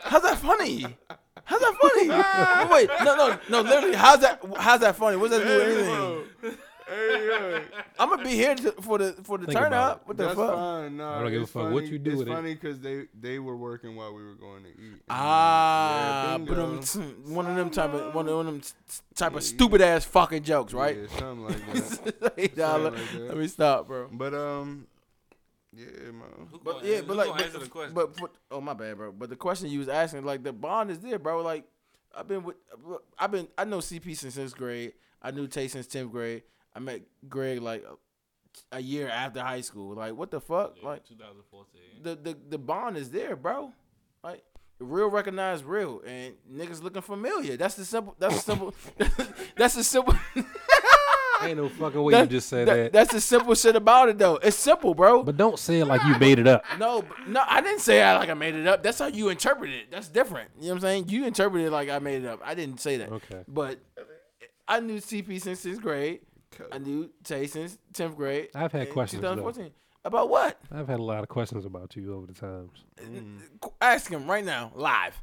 How's that funny? How's that funny? Wait, no, no, no. Literally, how's that? How's that funny? What's that do anything? Hey, yo. I'm gonna be here to, for the for the Think turn about up. What the That's fuck? fine. Nah, I don't give a it's fuck what funny- you do It's with it. funny because they they were working while we were going to eat. Ah, Yeah, but um, bingo. one of them type of one of them s- type of Yeah, you- stupid ass fucking jokes, right? Yeah, something like that. Hey, nah, let, Something like that. let me stop, bro. But um, yeah, man. Who But gonna yeah, answer- but who like, gonna answer the but, question? but for, oh my bad, bro. But the question you was asking, like the bond is there, bro. Like I've been with, I've been, I know CP since sixth grade. I knew Tay since tenth grade. I met Greg like a, a year after high school. Like what the fuck? Yeah, Like 2014. the the the bond is there, bro. Like real recognize real, and niggas looking familiar. That's the simple. That's the simple. that's the simple. Ain't no fucking way you that- just said that- that. That's the simple shit about it, though. It's simple, bro. But don't say it like you made it up. no, but- no, I didn't say I like I made it up. That's how you interpret it. That's different. You know what I'm saying? You interpret it like I made it up. I didn't say that. Okay. But I knew CP since sixth grade. Cut. I knew Tay since tenth grade. I've had in questions, though. 2014. About what? I've had a lot of questions about you over the times. Qu- Ask him right now, live.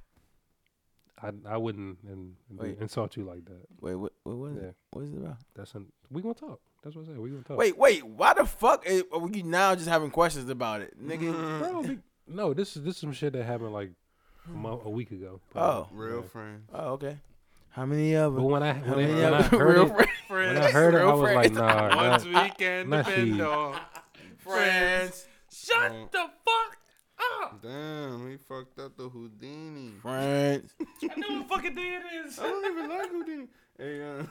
I I wouldn't in, Wait. insult you like that. Wait, what? What was it? Yeah. Oh. What is it about? That's an, we gonna talk. That's what I said. We gonna talk. Wait, wait. Why the fuck i- are we now just having questions about it, nigga? Bro, be- no, this is this is some shit that happened like a, month, a week ago. Oh, Real Yeah. friend. oh, okay. How many of But them? when I How when, I, many when I of them? heard Real it, friends. when I heard it, I Real was like, friends. nah, Once not- we can not depend he. on Friends. Shut Oh. the fuck up! Damn, he fucked up the Houdini. Friends. I know what fucking day it is. I don't even like Houdini. Hey, uh,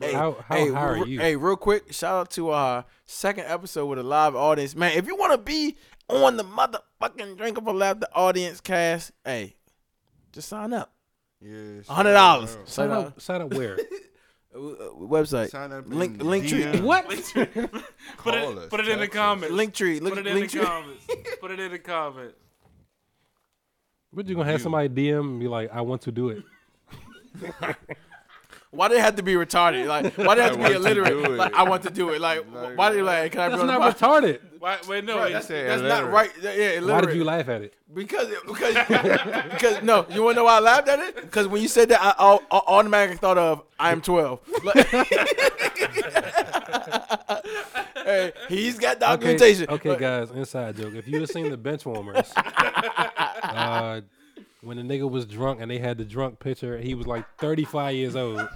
Hey, How- how hey, high are re- you? Hey, real quick, shout out to our second episode with a live audience. Man, if you want to be on the motherfucking Drink of a Laughter audience cast, hey, just sign up. yeah, $100. shout out. Sign sign up. up, sign up where? Uh, Website. Sign up. Link- in link tree. DM. what? Put Call us, it, put it in the text us. comments. Link tree. Link, Put it in link the tree. comments. Put it in the comments. What you gonna have You. somebody DM and be like, I want to do it. Why they have to be retarded? Like, why they have to I be want to do illiterate? it. Like, I want to do it. Like, Like, why they like? Can I be That's on the not podcast? retarded. Why, wait, no, Right, wait. that's said that's not illiterate. right. Yeah, yeah, illiterate. Why did you laugh at it? Because because because no, you wanna know why I laughed at it? Because when you said that, I, I, I automatically thought of I am twelve. Like- hey, he's got documentation. Okay, Like, guys, inside joke. If you had seen the bench warmers, uh, when the nigga was drunk and they had the drunk picture, he was like 35 years old.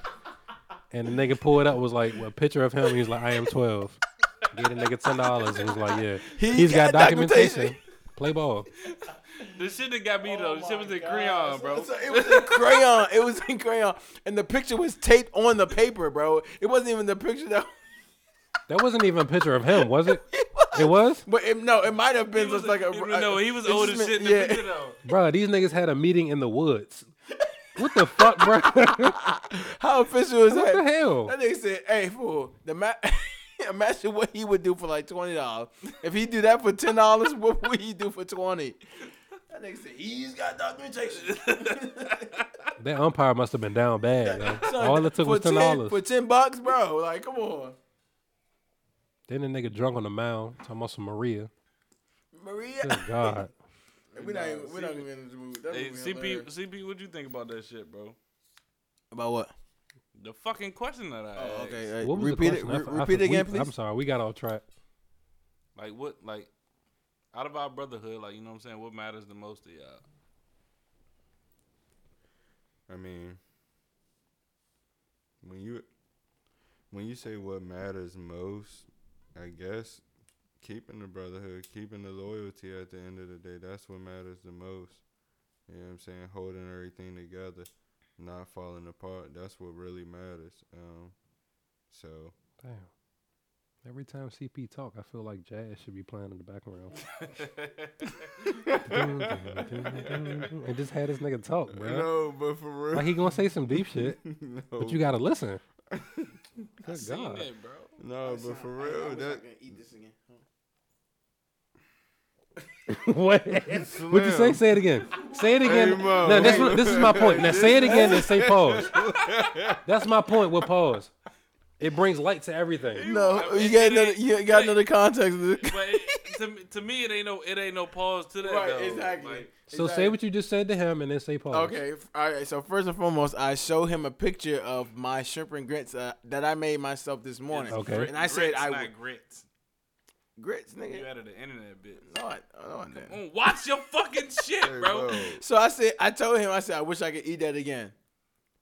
And the nigga pulled up was like a picture of him. He was like, I am 12. Gave the nigga ten dollars. It was like, yeah, He has got got, documentation. documentation. Play ball. The shit that got me though. The shit was in crayon, bro. So it was in crayon. It was in crayon, and the picture was taped on the paper, bro. It wasn't even the picture that. That wasn't even a picture of him, was it? It was, But it, no, it might have been He was just like a. a- uh, no, he was it old just as meant- shit in the yeah. picture though. bro. These niggas had a meeting in the woods. What the fuck, bro? what How official is that? the hell? That nigga said, "Hey, fool, the ma- imagine what he would do for like twenty dollars. If he do that for ten dollars, what would he do for twenty? That nigga said he's got documentation. That umpire must have been down bad. yo. Son, All it took for was ten dollars. for ten bucks, bro. Like, come on, Then the nigga drunk on the mound, talking about some Maria. Good Maria. God. we not even, we not even in this movie. That Hey, movie CP, hilarious. CP, what you think about that shit, bro? about what? The fucking question that I Oh, asked. okay. hey, What was repeat the it. question? I f- re- I repeat it f- we- again, please. I'm sorry, we got off track. Like what? Like out of our brotherhood, like you know what I'm saying. What matters the most to y'all? I mean, when you when you say what matters most, I guess keeping the brotherhood, keeping the loyalty at the end of the day, that's what matters the most. You know what I'm saying? Holding everything together, not falling apart, that's what really matters. Um so Damn. Every time CP talk, I feel like jazz should be playing in the background. and just had this nigga talk, bro. No, but for real. Like he gonna say some deep shit, no, but you gotta listen. Good Seen God. it, bro. no, but for real, that eat this again. what? What you say? Say it again. Say it again. Hey, Oh, Mo, no, this, wait. this is my point. Now say it again and say pause. That's my point with pause. It brings light to everything. No, you got another. You got another context. But it, to, to me, it ain't no, it ain't no pause to that. though. Like, So say what you just said to him and then say pause. Okay, f- all right. So first and foremost, I show him a picture of my shrimp and grits uh, that I made myself this morning. Okay. Grit- And I said grits, I not would grits. grits, You nigga. out of the internet, bitch. No, I, I know I didn't. Mm, Watch your fucking shit, Hey, bro. Mo. So I said, I told him, I said, I wish I could eat that again.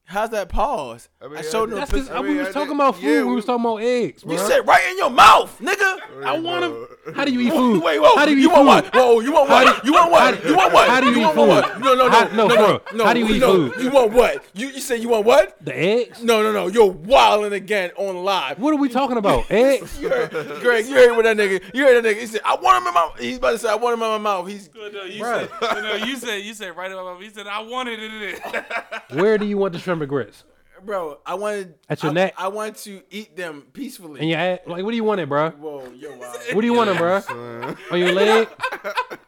How's that pause? I, I mean, showed him I- a That's picture. because I we mean, was I talking did- about food. yeah, we we- was talking about eggs. You bruh. said right in your mouth, nigga. I want to. Bro. How do you eat food? Wait, whoa! How do you, you eat want food? what? Whoa! You want How what? do- You want what? how- You want what? how do you want eat what? food? No, no, no, How- no, no, no, bro. no. How do you eat no. food? You want what? You you said you want what? The eggs? No, no, no. You're wilding again on live. What are we talking about? Eggs? You heard, Greg, you heard what that nigga? You heard that nigga? He said, "I want him in my." He's about to say, "I want him in my mouth." He's No, no, you Bruh. said, no, you said, you said right about He said, I wanted it. in it." Where do you want the shrimp and grits? bro. I wanted. At your I, neck? I want to eat them peacefully. And your ass? Like, what do you want it, bruh? Whoa, you're wild. What do you want it, bruh? Son. On your leg?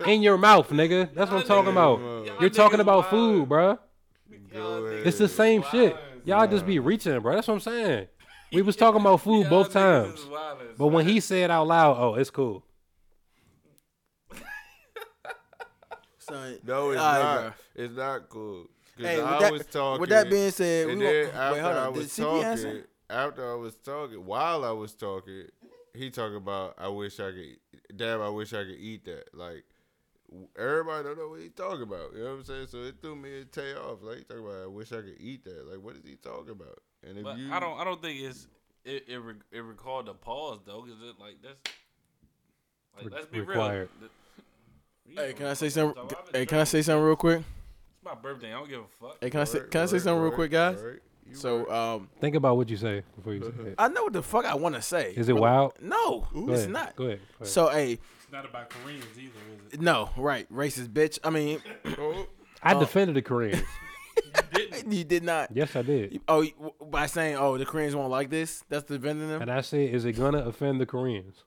In your mouth, nigga. That's what I'm talking about. Come on. You're talking niggas about wild. food, bruh. Go ahead. It's the same shit. Y'all just be reaching, bruh. That's what I'm saying. We was talking about food Y'all both niggas times. is wildin'. But when he said out loud, oh, it's cool. Son, No, it's all right, not. bro. It's not cool. 'Cause Hey, with I that, was talking. with that being said, and we then gon- after wait, hold I on. Did was CP answer? talking, after I was talking, while I was talking, he talking about, I wish I could, e-" damn, I wish I could eat that. Like, w- everybody don't know what he talking about. You know what I'm saying? So it threw me a tail off. Like, he talking about, I wish I could eat that. Like, what is he talking about? And if But you, I don't. I don't think it's it. It, re, it recalled the pause though, because it like that's. Like, Re- let's be required. real. The- Hey, Yeah, can I say so something? I've been Hey, can I say something real quick? It's my birthday. I don't give a fuck. Hey, can I say, Right, can I say right, something real right, quick, guys? right. You So, right. um, Think about what you say before you say it. I know what the fuck I want to say. Is it wild? No, Go it's ahead. not. Go ahead. Go ahead. So, hey, It's not about Koreans either, is it? no, right, racist bitch. I mean, Oh, I uh, defended the Koreans. you did not. yes, I did. you- Oh, you- w- by saying, oh, the Koreans won't like this. That's defending them. And I said, is it gonna offend the Koreans?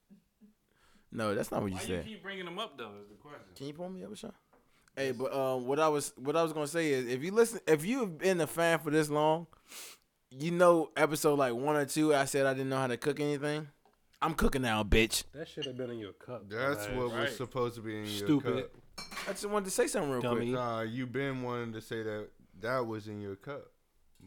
No, that's not what you Why you said. keep bringing them up though? Is the question. Can you pull me up a shot? Hey, but um, what I was what I was gonna say is, if you listen, if you've been a fan for this long, you know episode like one or two. I said I didn't know how to cook anything. I'm cooking now, bitch. That should have been in your cup. that's what Right. was supposed to be in your Stupid. cup. I just wanted to say something real Dummy. quick. Nah, you been wanting to say that that was in your cup,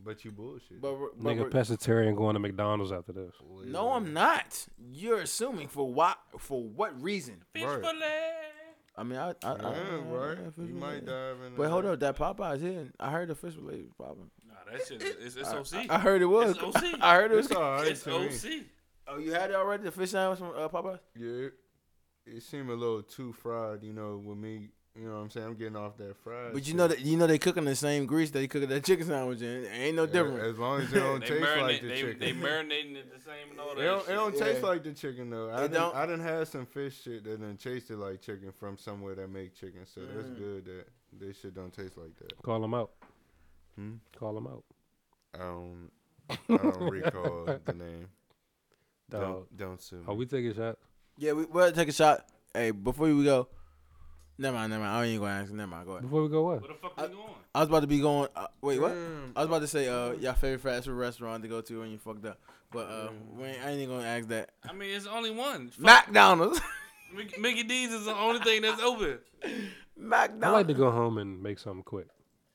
but you bullshit. But, we're- but Nigga we're- pescatarian going to McDonald's after this. no, I'm not. You're assuming for what for what reason? Fish Right. fillet. I mean, I, I, Yeah, I right. I- I- You might dive in. But hold up, that Popeye's here. I heard the fish fillet was popping. Nah, that shit. Is, it's, it's OC. I heard it was. It's OC. I heard it was. It's all right It's to me. OC. Oh, you had it already? The fish sandwich from uh, Popeye? Yeah, it seemed a little too fried, you know, with me. You know what I'm saying? I'm getting off that fried. But you shit. know that you know they cooking the same grease that they cooking that chicken sandwich in. It ain't no A- different. As long as it don't They taste marinate. like the they, chicken. they marinating it the same and all It that. don't, it shit. don't taste Yeah. like the chicken though. I It done, don't- I done had some fish shit that done tasted like chicken from somewhere that make chicken, so that's Mm. good that this shit don't taste like that. Call them out. Hmm? Call them out. I don't, I don't recall Uh, the name. Dog. Don't, don't sue me. Are we taking shots? Yeah, we well take a shot. Hey, before we go, never mind, never mind. I ain't gonna ask. Never mind. Go ahead. Before we go, what? Where the fuck we going? I was about to be going. Uh, wait, what? Mm. Damn. I was about to say uh, your favorite fast food restaurant to go to when you fucked up, but uh, Mm. we ain't, I ain't even gonna ask that. I mean, it's only one. Fuck, McDonald's. Mickey, Mickey D's is the only thing that's open. McDonald's. I like to go home and make something quick.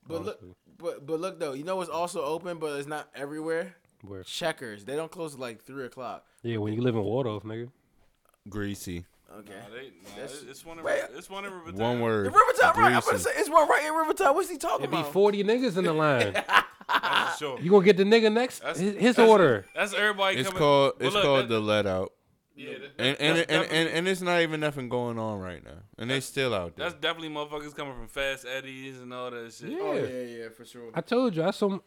But look, honestly. but but look though, you know it's also open, but it's not everywhere. Where? Checkers, they don't close till like three o'clock. Yeah, when you live in Waldorf, nigga. Greasy. Okay. Nah, they, nah, That's- it's it's one. In, Wait. it's one in Riverton. One word. The Rivertown, right? I'm gonna Greasy. say it's one right in Rivertown. What's he talking It be about? 40 niggas in the line. That's for sure. You gonna get the nigga next? That's- his his that's- order. That's everybody. It's coming. called Well, it's look, called that- the let out. Yeah, that- And that's- and that's and, and, definitely- and it's not even nothing going on right now. And they still out there. That's definitely motherfuckers coming from Fast Eddie's and all that shit. Yeah. Oh yeah, yeah, for sure. I told you. I saw.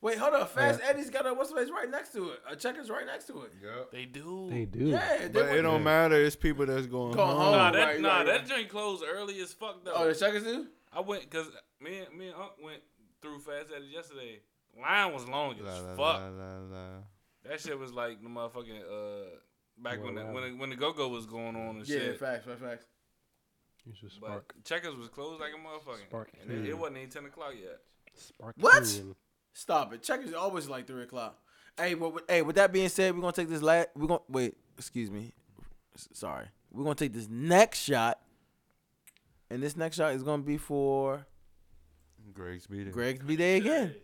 Wait, hold on. Fast Eddie's got a what's his face right next to it. A checkers right next to it. They do. they do. Yeah, they But it went- don't matter. It's people that's going Go home. home. Nah, that Right, nah, right, that right. joint closed early as fuck though. Oh, the checkers do. I went cause me and me and Unc went through Fast Eddie's yesterday. Line was long as La, la, fuck. la, la, la. That shit was like the motherfucking uh back when the, Wow. when the, when the go go was going on and Yeah, shit. facts, facts, facts. You should But spark. checkers was closed like a motherfucking. Spark and it, it Union. wasn't even ten o'clock yet. Spark. What? Union. Stop it. Checkers is always like three o'clock. Hey, but with- hey, with that being said, we're gonna take this last. We're gonna wait. Excuse me. S- Sorry. We're gonna take this next shot, and this next shot is gonna be for Greg's beating. Greg's B Day again.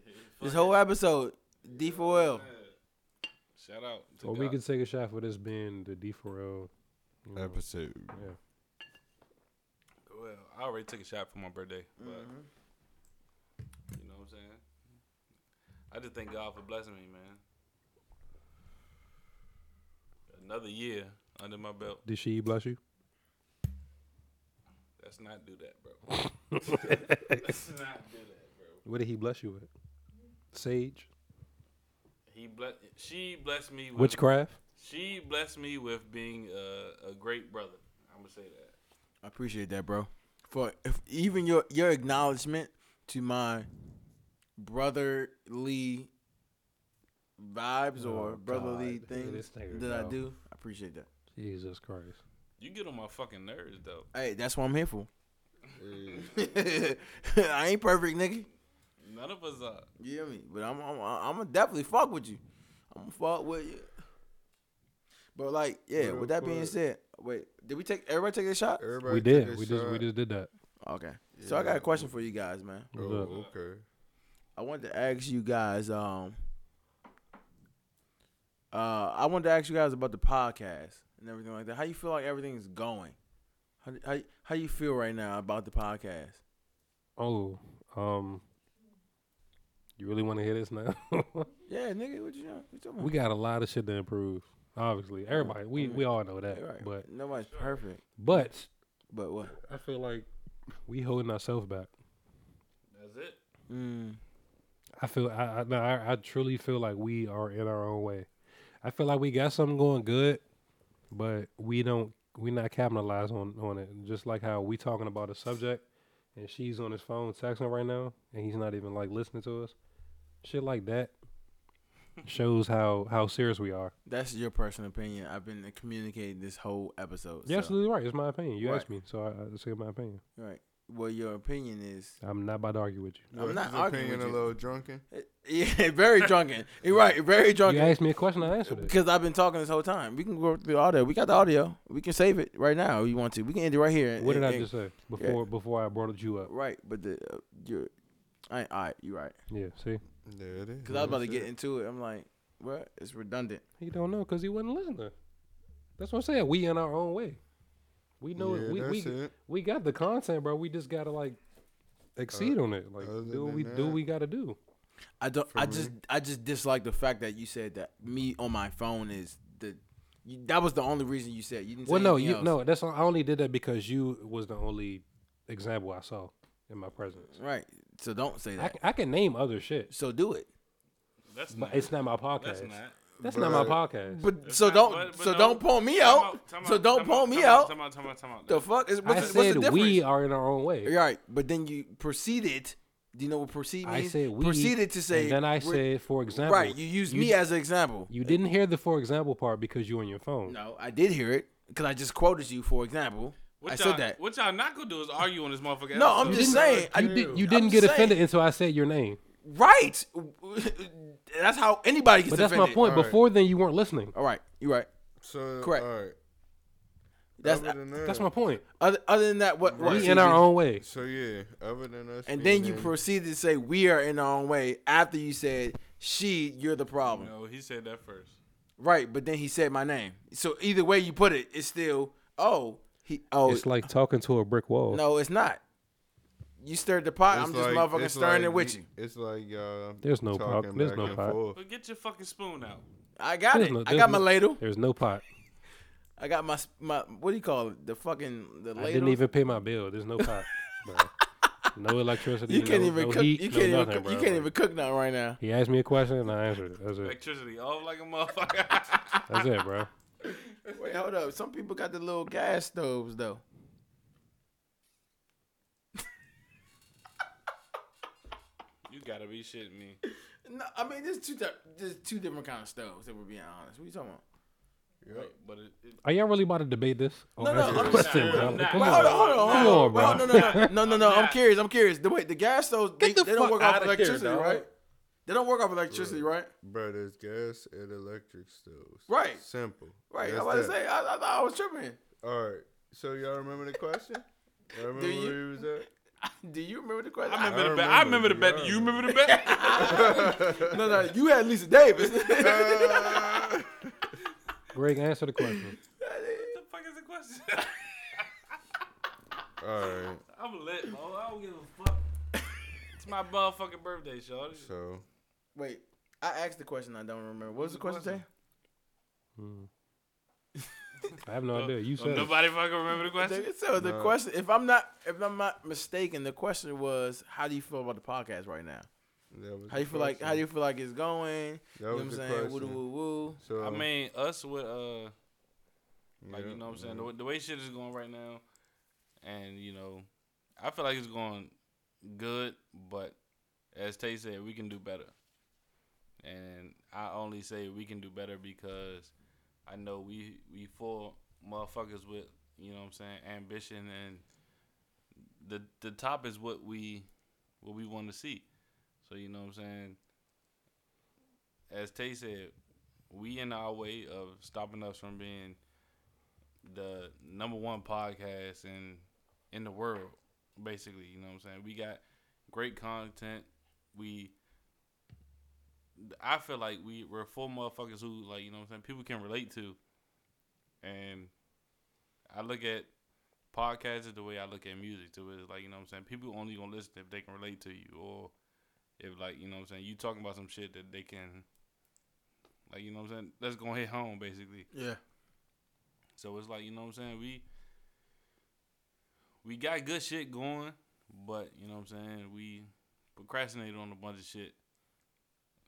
This whole episode, D4L. Shout out. To Or we God. could take a shot for this being the D4L. you know. episode. Yeah. Well, I Mm-hmm. already took a shot for my birthday, but you know what I'm saying. I just thank God for blessing me, man. Another year under my belt. Did she E bless you? Let's not do that, bro. Let's not do that, bro. What did he bless you with? Sage, He bless. She blessed me. With, witchcraft. She blessed me with being a, a great brother. I'm gonna say that. I appreciate that, bro. For if even your your acknowledgement to my brotherly vibes or Oh, brotherly God. things This nigga, that I bro. do, I appreciate that. Jesus Christ. You get on my fucking nerves, though. Hey, that's what I'm here for. Yeah. I ain't perfect, nigga. None of us are. You hear me? But I'm I'm I'm gonna definitely fuck with you. I'm gonna fuck with you. But like, yeah. Real with that being quick. said, wait, did we take everybody take a shot? Everybody we took did. a We just we shot. just did that. Okay. So I got Yeah. a question for you guys, man. What's Oh, okay. I wanted to ask you guys. Um, uh, I wanted to ask you guys about the podcast and everything like that. How you feel like everything's going? How how how you feel right now about the podcast? Oh, um, you really want to hear this now? Yeah, nigga, what you doing? What you we got a lot of shit to improve. Obviously, everybody we we all know that. talking about? right. But nobody's perfect. but But what? I feel like we holding ourselves back. That's it. Mm. I feel I I, no, I I truly feel like we are in our own way. I feel like we got something going good, but we don't we not capitalize on on it. Just like how we talking about a subject, and she's on his phone texting right now, and he's not even like listening to us. Shit like that shows how how serious we are. That's your personal opinion. I've been communicating this whole episode. You're so, absolutely right. It's my opinion. You Right. asked me, so I, I say my opinion. right. Well, your opinion is. I'm not about to argue with you. I'm Was not his arguing opinion with you. a little drunken. Yeah, very drunken. You're right. Very You drunken. asked me a question, I answered it. Because I've been talking this whole time. We can go through the audio. We got the audio. We can save it right now if you want to. We can end it right here. What did I And- just say before before I brought you up? Right, but the uh, you're. I all right. You're right. Yeah, see, There it is. Because I was about to That's get it. into it. I'm like, what? It's redundant. he don't know because he wasn't listening. That's what I'm saying. We in our own way. We know yeah, it. we that's we, it. we got the content, bro. We just gotta like exceed Uh, on it. Like other do what we than do what that- we gotta do. I don't. For I just. I just dislike the fact that you said that me on my phone is the. You, that was the only reason you said you didn't. Say Well, no, anything you else. no. That's all, I only did that because you was the only example I saw in my presence. Right. So don't say I, that. c- I can name other shit, so do it. That's but not. it's not my podcast. That's not. That's not my But- podcast. But It's so not- don't. but- but so no. don't pull me Time out. out, time so out, don't time pull out, me time out. Time out. Time out. Time out. The fuck is I what's, the- what's said the difference? we are in our own way. All right, but then you proceeded. Do you know what proceed I means? said we proceeded to say. And then I we're- said, for example, Right, you used me d- as an example. You didn't hear the for example part because you were on your phone. No, I did hear it because I just quoted you. For example, What I y'all- said that. What y'all not gonna do is argue on this motherfucker. No, I'm You just didn't- saying. I, You, did, you I'm didn't get saying- offended until I said your name. Right. that's how anybody gets But that's my offended. point. All right. Before then, you weren't listening. All right, you're right. So, Correct. All right. That's other than that, That's my point. other, other than that. What? what We in our own way. So yeah, other than us. And then being you in- proceeded to say we are in our own way after you said she, you're the problem. No, he said that first. Right, but then he said my name. So either way you put it, it's still oh he oh It's like talking to a brick wall. no, it's not. You stirred the pot. it's I'm just like- motherfucking it's stirring it like with you. It's like y'all. There's no talking pop- there's back no and pop. forth. But get your fucking spoon out. I got There's it. no- I there's got no- my ladle. There's no pot. I got my s- my what do you call it? The fucking the ladle. I didn't even pay my bill. There's no pot. bro. No electricity. You can't no, even no cook. Heat, you no can't even nothing, cook, bro. you can't Like, even cook nothing right now. He asked me a question and I answered it. That's it. Electricity off like a motherfucker. That's it, bro. Wait, hold up. Some people got the little gas stoves though. you gotta be shitting me. No, I mean there's two di- there's two different kind of stoves. If we're being honest, what are you talking about? Wait, but it, it, Are y'all really about to debate this? Oh, No, no, answer the I'm just- question, I'm bro. not. Come Wait, on. hold on, hold on, hold Come on, bro. Hold on, no, no, no, no, no. I'm I'm not. curious. I'm curious. The wait, the gas stoves they, the they don't fuck work off outta here, electricity, dog. right? They don't work off electricity, right? Bro, there's gas and electric stoves. Right. Simple. Right. That's I was that. about to say. I, I thought I was tripping. All right. So y'all remember the question? Y'all remember you- where we was at? Do you remember the question? I remember I the bet. I remember the remember, bet. yeah. You remember the bet? no, no. You had Lisa Davis. Greg, answer the question. the fuck is the question? All right. I'm lit, bro. I don't give a fuck. It's my motherfucking birthday, y'all. So Wait, I asked the question. I don't remember. What was the question? Tay? Hmm. I have no idea. You Don't said it. nobody fucking remember the question. David, So the No. question, if I'm not, if I'm not mistaken, the question was, how do you feel about the podcast right now? That was How you the feel like? How do question. you feel like it's going? That You know was what I'm the saying? Woo question. woo woo. So, I mean, us with uh, like yeah, you know what I'm saying. yeah. The, way- the way shit is going right now, and you know, I feel like it's going good, but as Tay said, we can do better. And I only say we can do better because I know we we four motherfuckers with you know what I'm saying ambition and the the top is what we what we want to see. So you know what I'm saying. As Tay said, we in our way of stopping us from being the number one podcast in in the world, basically. You know what I'm saying? We got great content. We I feel like we, we're four motherfuckers who like, you know what I'm saying, people can relate to. And I look at podcasts is the way I look at music too. It's like, you know what I'm saying? People only gonna listen if they can relate to you or if like, you know what I'm saying, you talking about some shit that they can like, you know what I'm saying? That's gonna hit home basically. Yeah. So it's like, you know what I'm saying? We we got good shit going, but you know what I'm saying? We procrastinated on a bunch of shit.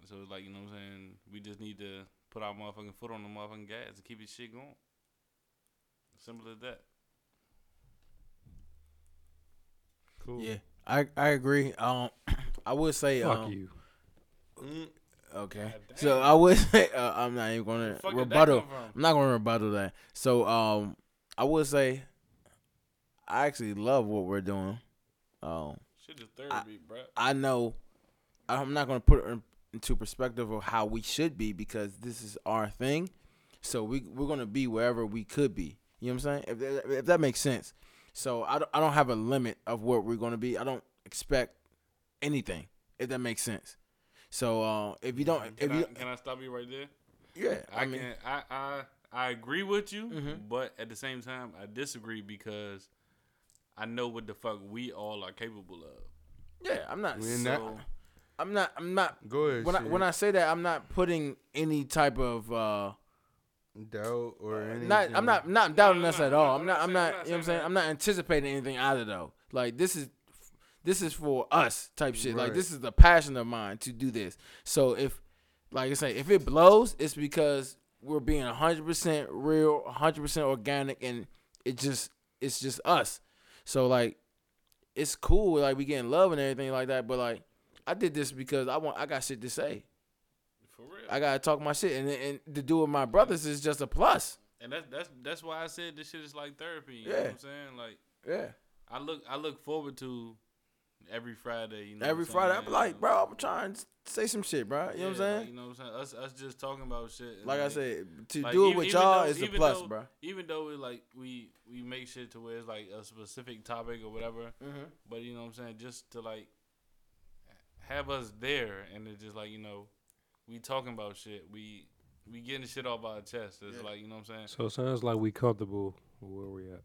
So it's like, you know what I'm saying? We just need to put our motherfucking foot on the motherfucking gas and keep this shit going. Simple as that. Cool. Yeah. I I agree. Um, I would say. Fuck um, you. Mm, Okay. God So I would say uh, I'm not even gonna Fuck did that rebuttal. come from? I'm not gonna rebuttal that. So um, I would say I actually love what we're doing. Um, Shit is therapy, bruh. I know I'm not gonna put it in- into perspective of how we should be because this is our thing. So we we're gonna be wherever we could be. You know what I'm saying? If that, if that makes sense. So I don't, I don't have a limit of where we're gonna be. I don't expect anything. If that makes sense. So uh, if you don't, if Can, you I, can I stop you right there? yeah, I, I mean, can I, I I agree with you, Mhm. but at the same time I disagree because I know what the fuck we all are capable of. yeah, I'm not. We're so, not- I'm not. I'm not. go ahead. When I, when I say that, I'm not putting any type of. Uh, doubt or anything. not I'm not not doubting no, us no, at no, all. I'm I'm not not I'm not saying- I'm not you know what I'm saying saying that. I'm not anticipating anything either though. Like this is this is for us type shit. Like Right. this is the passion of mine to do this. So if like I say if it blows, it's because we're being 100% real, 100% organic and it just it's just us. So like it's cool like we getting love and everything like that, but like I did this because I want I got shit to say. For real. I got to talk my shit and and to do with my brothers is just a plus. And that's that's that's why I said this shit is like therapy. You know what Yeah. I'm saying? Like Yeah. I look I look forward to every Friday, you know. Every what I'm Friday, I saying? be like, bro, I'm trying to say some shit, bro. You know what Yeah, I'm Like, saying? you know what I'm saying? Us us just talking about shit. and Like I like- said, to like, do it e- with even y'all though- is a even plus, though- bro. Even though we like we we make shit to where it's like a specific topic or whatever, but you know what I'm saying? Just to like have us there and it's just like, you know, we talking about shit. We we getting shit off our chest. It's Yeah. like, you know what I'm saying? So it sounds like we comfortable with where we at.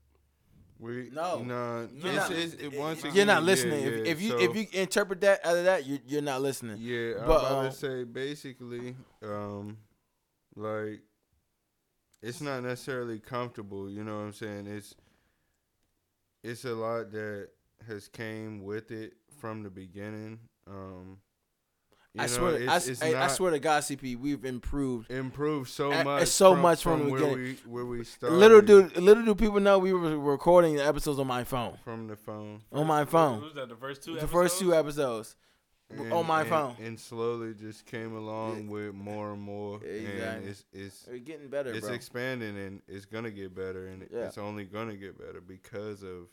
We, No. Nah, You're, it's- not, it's- it- once you're again, not yeah, listening. yeah, if, if you so- if you interpret that out of that, you, you're not listening. Yeah, I'm But, about um, to say basically, um, like it's not necessarily comfortable. You know what I'm saying? It's it's a lot that has came with it from the beginning. Um, you I know, swear, to- I, it's, s- it's I- I not swear to God, CP, we've improved. improved so I- it's much. so much from the where we beginning. where we started. Little do little do people know we were recording the episodes on my phone, from the phone on my phone, What was that? The first two the first two episodes? episodes, w- on my and- phone. and slowly just came along Yeah. with more and more. And Exactly. it's it's We're getting better, it's bro. expanding and it's gonna get better and Yeah. it's only gonna get better because of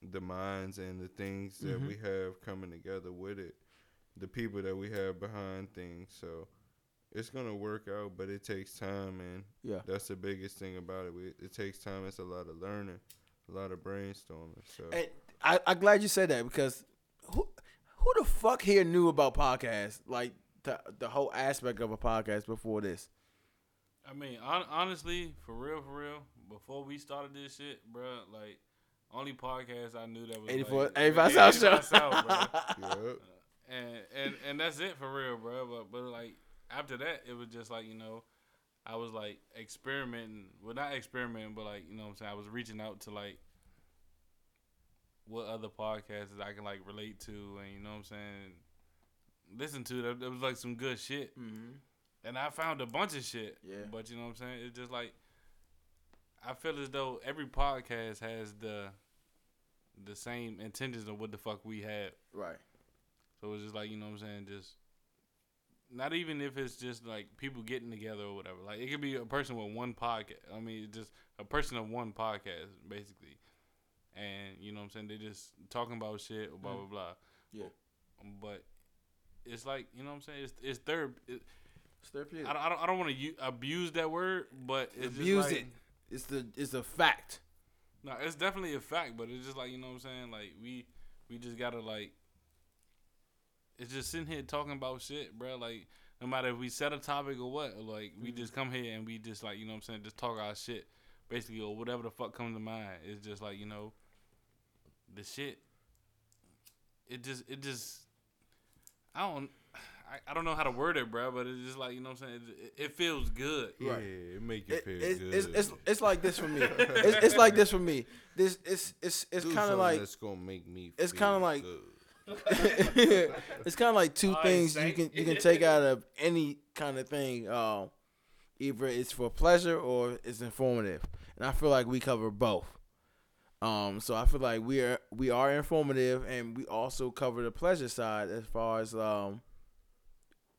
the minds and the things that Mhm. we have coming together with it the people that we have behind things so it's gonna work out but it takes time and Yeah. that's the biggest thing about it we, it takes time it's a lot of learning a lot of brainstorming so And I, I'm glad you said that because who who the fuck here knew about podcasts? Like the the whole aspect of a podcast before this. I mean, hon- honestly, for real, for real, before we started this shit, bruh, like, only podcast I knew that was 84 like, 85 South Show. South, bruh. yep. and and and that's it for real, bro. But, but like after that, it was just like you know, I was like experimenting. Well, not experimenting, but like you know, what I'm saying I was reaching out to like what other podcasts that I can like relate to, and you know, what I'm saying listen to. That, that was like some good shit, Mm-hmm. and I found a bunch of shit. Yeah. But you know, what I'm saying it's just like I feel as though every podcast has the the same intentions of what the fuck we had. Right. So it's just like, you know what I'm saying? Just not even if it's just like people getting together or whatever. Like it could be a person with one podcast. I mean, it's just a person of one podcast, basically. And you know what I'm saying? They just talking about shit or blah blah blah. Mm. Yeah. But it's like, you know what I'm saying? It's it's therapy. It, It's therapeutic. I don't I don't, I don't want to u- abuse that word, but it's Abuse just like, it. It's the it's a fact. No, it's definitely a fact, but it's just like you know what I'm saying. Like we we just gotta like it's just sitting here talking about shit, bro. Like no matter if we set a topic or what, or, like Mm-hmm. we just come here and we just like you know what I'm saying, just talk our shit, basically or whatever the fuck comes to mind. It's just like you know the shit. It just it just I don't. I, I don't know how to word it, bro, but it's just like you know what I'm saying. It, it feels good. Yeah, Right. it make you It, feel it's, good. it's, it's, it's like this for me. it's, it's like this for me. This it's it's it's Do kind of something like that's gonna make me. it's feel kinda like- good. it's kind of like two All right, things you Saint. can you can take out of any kind of thing. Uh, either it's for pleasure or it's informative, and I feel like we cover both. Um, so I feel like we are we are informative, and we also cover the pleasure side as far as um,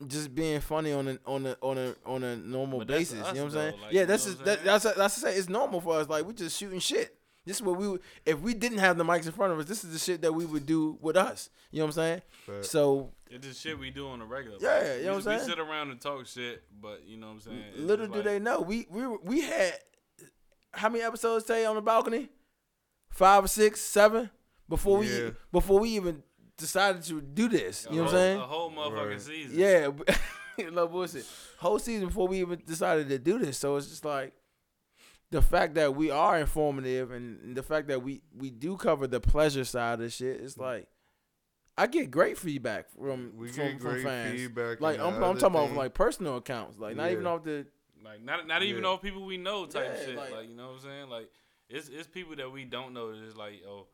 just being funny on a on a on a on a normal But that's basis. us, you know what I'm though, saying? like, yeah, you that's know just, what I'm that, saying? that's that's to say it's normal for us. Like we just shooting shit. This is what we would, if we didn't have the mics in front of us. This is the shit that we would do with us. You know what I'm saying? But So It's just shit we do on a regular. Yeah, basis. you know we, what I'm we saying? sit around and talk shit, but you know what I'm saying. It's little just do like- they know, we we were- we had how many episodes today on the balcony? Five or six, seven before we Yeah. before we even decided to do this. You know what a I'm whole- saying? A whole motherfucking Right. season. Yeah, no bullshit. Whole season before we even decided to do this, so it's just like the fact that we are informative and the fact that we we do cover the pleasure side of shit. It's like I get great feedback from Mm. we from, get from great fans. feedback. Like and I'm, the I'm other talking about thing- like personal accounts, like not Yeah. even off the Like not not even Yeah. all people we know type Yeah, shit. like- Like, you know what I'm saying? Like it's it's people that we don't know. It's like oh,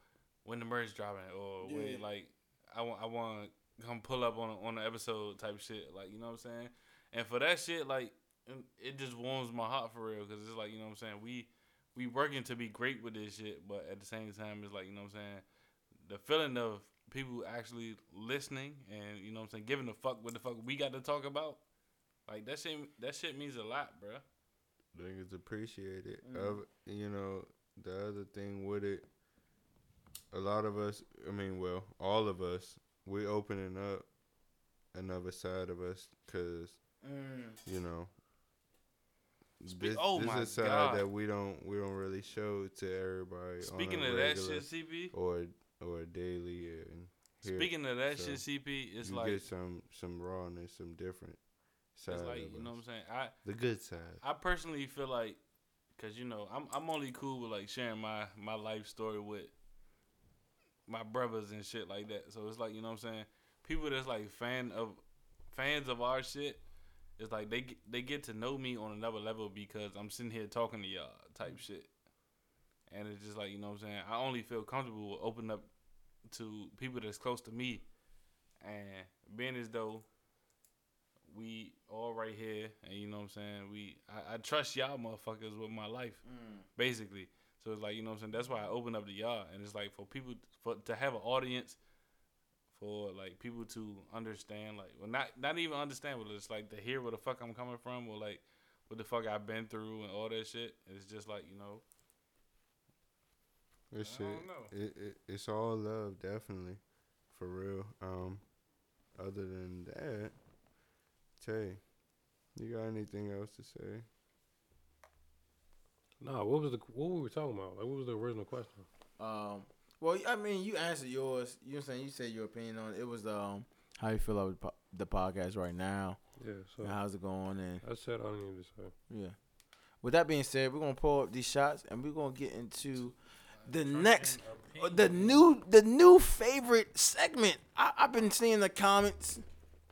when the merch dropping or Yeah. when like I want I want to come pull up on a, on an episode type shit. Like you know what I'm saying? And for that shit, like mm, it just warms my heart for real because it's like you know what I'm saying. We we working to be great with this shit, but at the same time, it's like you know what I'm saying. The feeling of people actually listening and you know what I'm saying, giving a fuck what the fuck we got to talk about. Like that shit, that shit means a lot, bruh. niggas appreciate it. Mm-hmm. Of you know, the other thing with it, a lot of us, I mean, well, all of us, we opening up another side of us because you know, this, oh this my is a side God. that we don't we don't really show to everybody. Speaking on a of that regular shit, CP. or or daily, and here, Speaking of that so shit, CP. It's you like get it's some some rawness, some different side. like of you know us. what I'm saying. I The good side. I personally feel like, cause you know I'm I'm only cool with like sharing my my life story with my brothers and shit like that. So it's like you know what I'm saying. People that's like fan of fans of our shit. It's like they get- they get to know me on another level because I'm sitting here talking to y'all type shit. And it's just like you know what I'm saying. I only feel comfortable with opening up to people that's close to me, and being as though we all right here, and you know what I'm saying. We I, I trust y'all motherfuckers with my life, basically. So it's like you know what I'm saying. That's why I open up to y'all, and it's like for people for to have an audience, for like people to understand, like well not not even understand, but it's like to hear where the fuck I'm coming from, or like what the fuck I've been through and all that shit. It's just like you know, This I shit, don't know. It, it, it's all love, definitely, for real. Um, other than that, Tay, you got anything else to say? No, what was the what were we talking about? Like, what was the original question? Um, well, I mean, you answered yours. You know what I'm saying? You said your opinion on it. It was um, how you feel about the po- the podcast right now. Yeah, so and how's it going? And I said I don't even say. yeah. With that being said, we're gonna pull up these shots and we're gonna get into the next, uh, the new, the new favorite segment. I, I've been seeing the comments.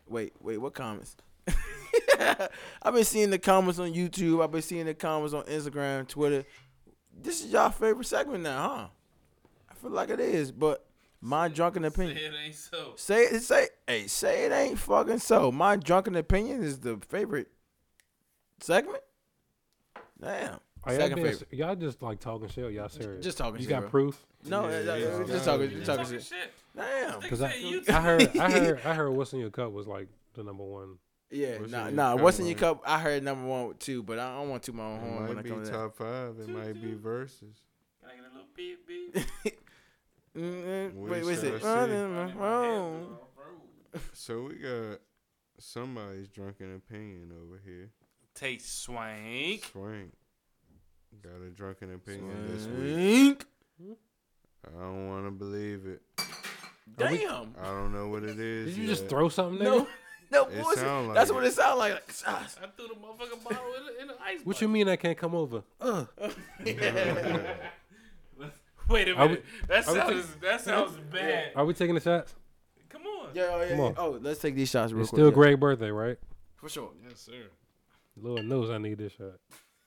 Wait, wait, what comments? I've been seeing the comments on YouTube. I've been seeing the comments on Instagram, Twitter. This is y'all favorite segment now, huh? I feel like it is, but my drunken Say opinion. it ain't so. Say it, say, hey, say it ain't fucking so. My drunken opinion is the favorite segment. Damn, Oh, Are y'all, second being, favorite. s- y'all just like talking shit. or Y'all serious? just talking You shit, got bro. proof? No, Yeah, uh, uh, yeah, just yeah. talking, just Just talking talking shit. shit. Damn. Nigga Cause I, said you I heard, I heard, I heard. What's in your cup was like the number one. Yeah, What's in nah, your nah. cup, What's in your man? cup? I heard number one too, but I don't want to my own It horn when I might be come to that. top five. It might be verses. Can I get a little beep beep? Mm, mm, We Wait, what is shall it? see. Oh, So we got somebody's drunken opinion over here. Taste swank. Swank got a drunken opinion this week. Swank. I don't want to believe it. Damn. I don't know what it is. Did you just yet. throw something? there? No, no It bullshit. sound like That's it. what it sounds like. like ah, I threw the motherfucking bottle in the, in the ice. What you mean I can't come over? Uh, ah, Wait a Are we- minute. that are we sounds that sounds bad. are we taking the shots? Come on. yeah, oh, yeah, Come yeah. on. Oh, let's take these shots real It's quick. still yeah. Greg's birthday, right? for sure. Yes, sir. Lord knows I need this shot.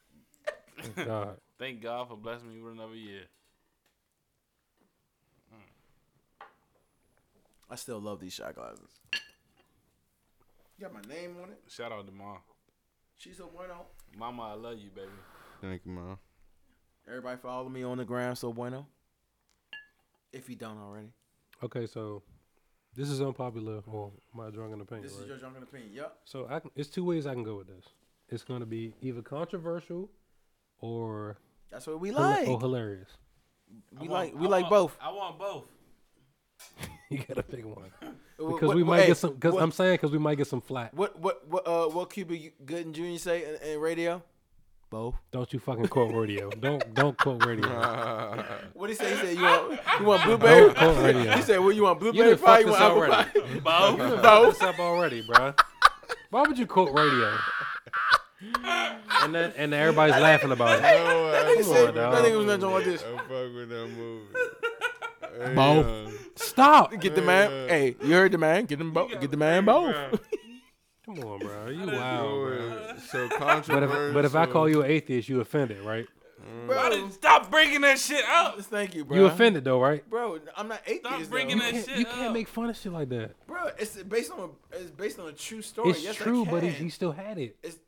Thank God. Thank God for blessing me with another year. I still love these shot glasses. Got my name on it. Shout out to mom. She's a bueno. Mama, I love you, baby. Thank you, mom. Everybody follow me on the gram, so bueno. If you don't already, Okay, so this is unpopular or my drunken opinion. this right? is your drunken opinion. Yep. So I can, it's two ways I can go with this. It's gonna be either controversial or That's what we hila- like. or hilarious. We I like want- we Oh, I like want- both. I want both. You gotta pick one Wh- because what- we what- might hey, get some. Because what- I'm saying because we might get some flat. What what what uh what Cuba you- Gooden Jr. say in, in radio? Both. Don't you fucking quote radio. don't don't quote radio. What he say? He said you want you want Don't blueberry. quote radio. He said, "What you want You blueberry done pie? fucked You this want apple already. pie?" You done fucked this up already, bro. Why would you quote radio? And then and everybody's laughing about it. No, I, That nigga fuck- said, dog. "That nigga was not doing this." I fuck with that movie. Hey, Both. uh, Stop. Get the man. Yeah. Hey, you heard the man. Get them both. Get the man both. Come on, bro. You wild, bro. boy, so But controversial. if, but if I call you an atheist, you offended, right? Why Bro, did- stop bringing that shit up. thank you, bro. You offended though, right? bro? I'm not atheist. Stop though. bringing that Can't- shit you up. can't make fun of shit like that. Bro, it's based on a, it's based on a true story. It's yes, I true, but he, can. he still had it. It's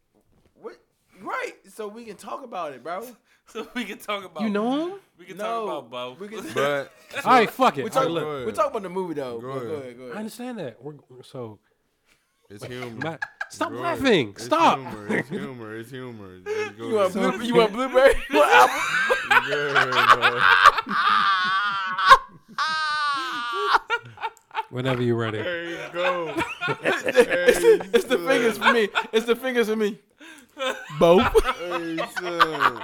what right. So we can talk about it, bro. so we can talk Oh, about. You know him? We can No, talk about both. we can- But All right, fuck it. We're All right, talking, look, we're talking about the movie though. Go Go ahead, ahead. go ahead. Go I ahead. understand that. We're so it's humor. Mm. Matt, stop Go ahead. laughing. It's Stop. humor. It's humor. It's humor. Just go You want, ahead. blue, you want blueberry? You want apple? Go ahead, bro. Whenever you're ready. There you go. it's the fingers for me. It's the fingers for me. Both. Hey, son.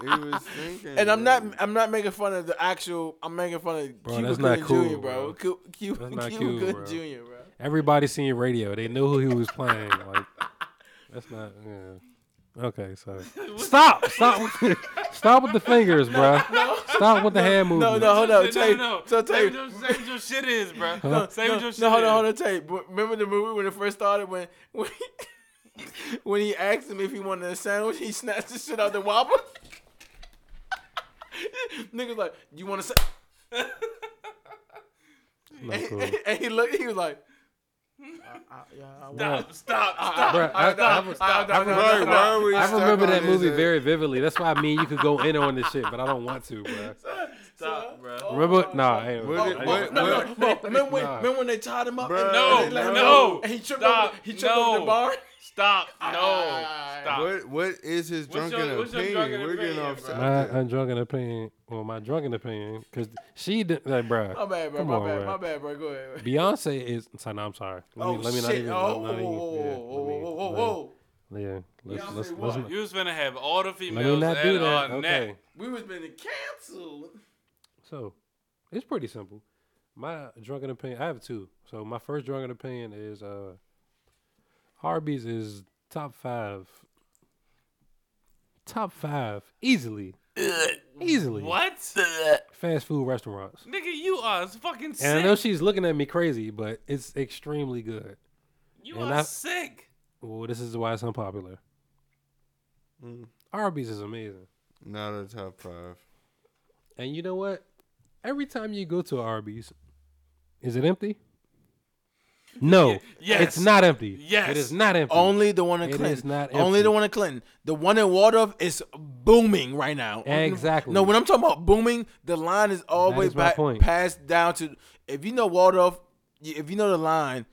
He was thinking. And I'm not. man. I'm not making fun of the actual. I'm making fun of Bro, Cuba that's not Gooding cool, Jr., bro. bro. Cu- Cu- That's not Cuba cool, Gooding bro. Jr., bro. Everybody seen radio. They knew who he was playing. Like that's not. Yeah. Okay, so stop, stop, with- stop with the fingers, bro. Stop with the hand No, movement. no, hold on. No, Tell you, no, no. So tell Say you, what your- say what your shit is, bro. Huh? Say what your no, shit no, hold is. on, hold on. Tell you. But Remember the movie when it first started when when when he asked him if he wanted a sandwich, he snatched the shit out the whopper. Niggas like, you want a sa-? Not cool. And, and he looked. He was like, I, I, yeah, I want. Stop, stop, Ah, stop. Bruh, I- I was- Why, why are we I stuck remember on that this, movie uh, very vividly. That's why I mean you could go in on this shit, but I don't want to, bro. Stop, bro. Remember? Nah, I ain't- What I did- ain't- what- No, no, no. Remember when, Nah. remember when they tied him up? Bruh, and- No, and they let him no. go? And he tripped Stop, over, he tripped over no. the bar. Stop. No. Ah, Stop. What what is his What's drunken your- what's your opinion? drunken We're getting opinion, off bro? My subject. undrunken opinion, well, my drunken opinion, because she did, like, bruh. My bad, bro. come My on, bad. bruh. My bad, bro. Go ahead. Beyonce is. So, no, I'm sorry. Let oh me, let me shit! not even. oh, let me, whoa, whoa, yeah, whoa, let me- whoa, whoa, whoa! let- Yeah, let's, Beyonce let's, what? let's, not- You was finna have all the let me females not at do that. our Okay. neck. We was been canceled. So, it's pretty simple. My drunken opinion, I have two. So, my first drunken opinion is uh, Arby's is top five. Top five, easily. Easily. What? Fast food restaurants. Nigga, you are fucking sick. And I know she's looking at me crazy, but it's extremely good. you and are I- sick. Well, this is why it's unpopular. Mm. Arby's is amazing. Not a top five. And you know what? Every time you go to Arby's, is it empty? No. yes. It's not empty. Yes. It is not empty. Only the one in It Clinton. is not Only empty. the one in Clinton. The one in Waldorf is booming right now. Exactly. No, when I'm talking about booming, the line is always is my back, point. passed down to. If you know Waldorf, y- if you know the line,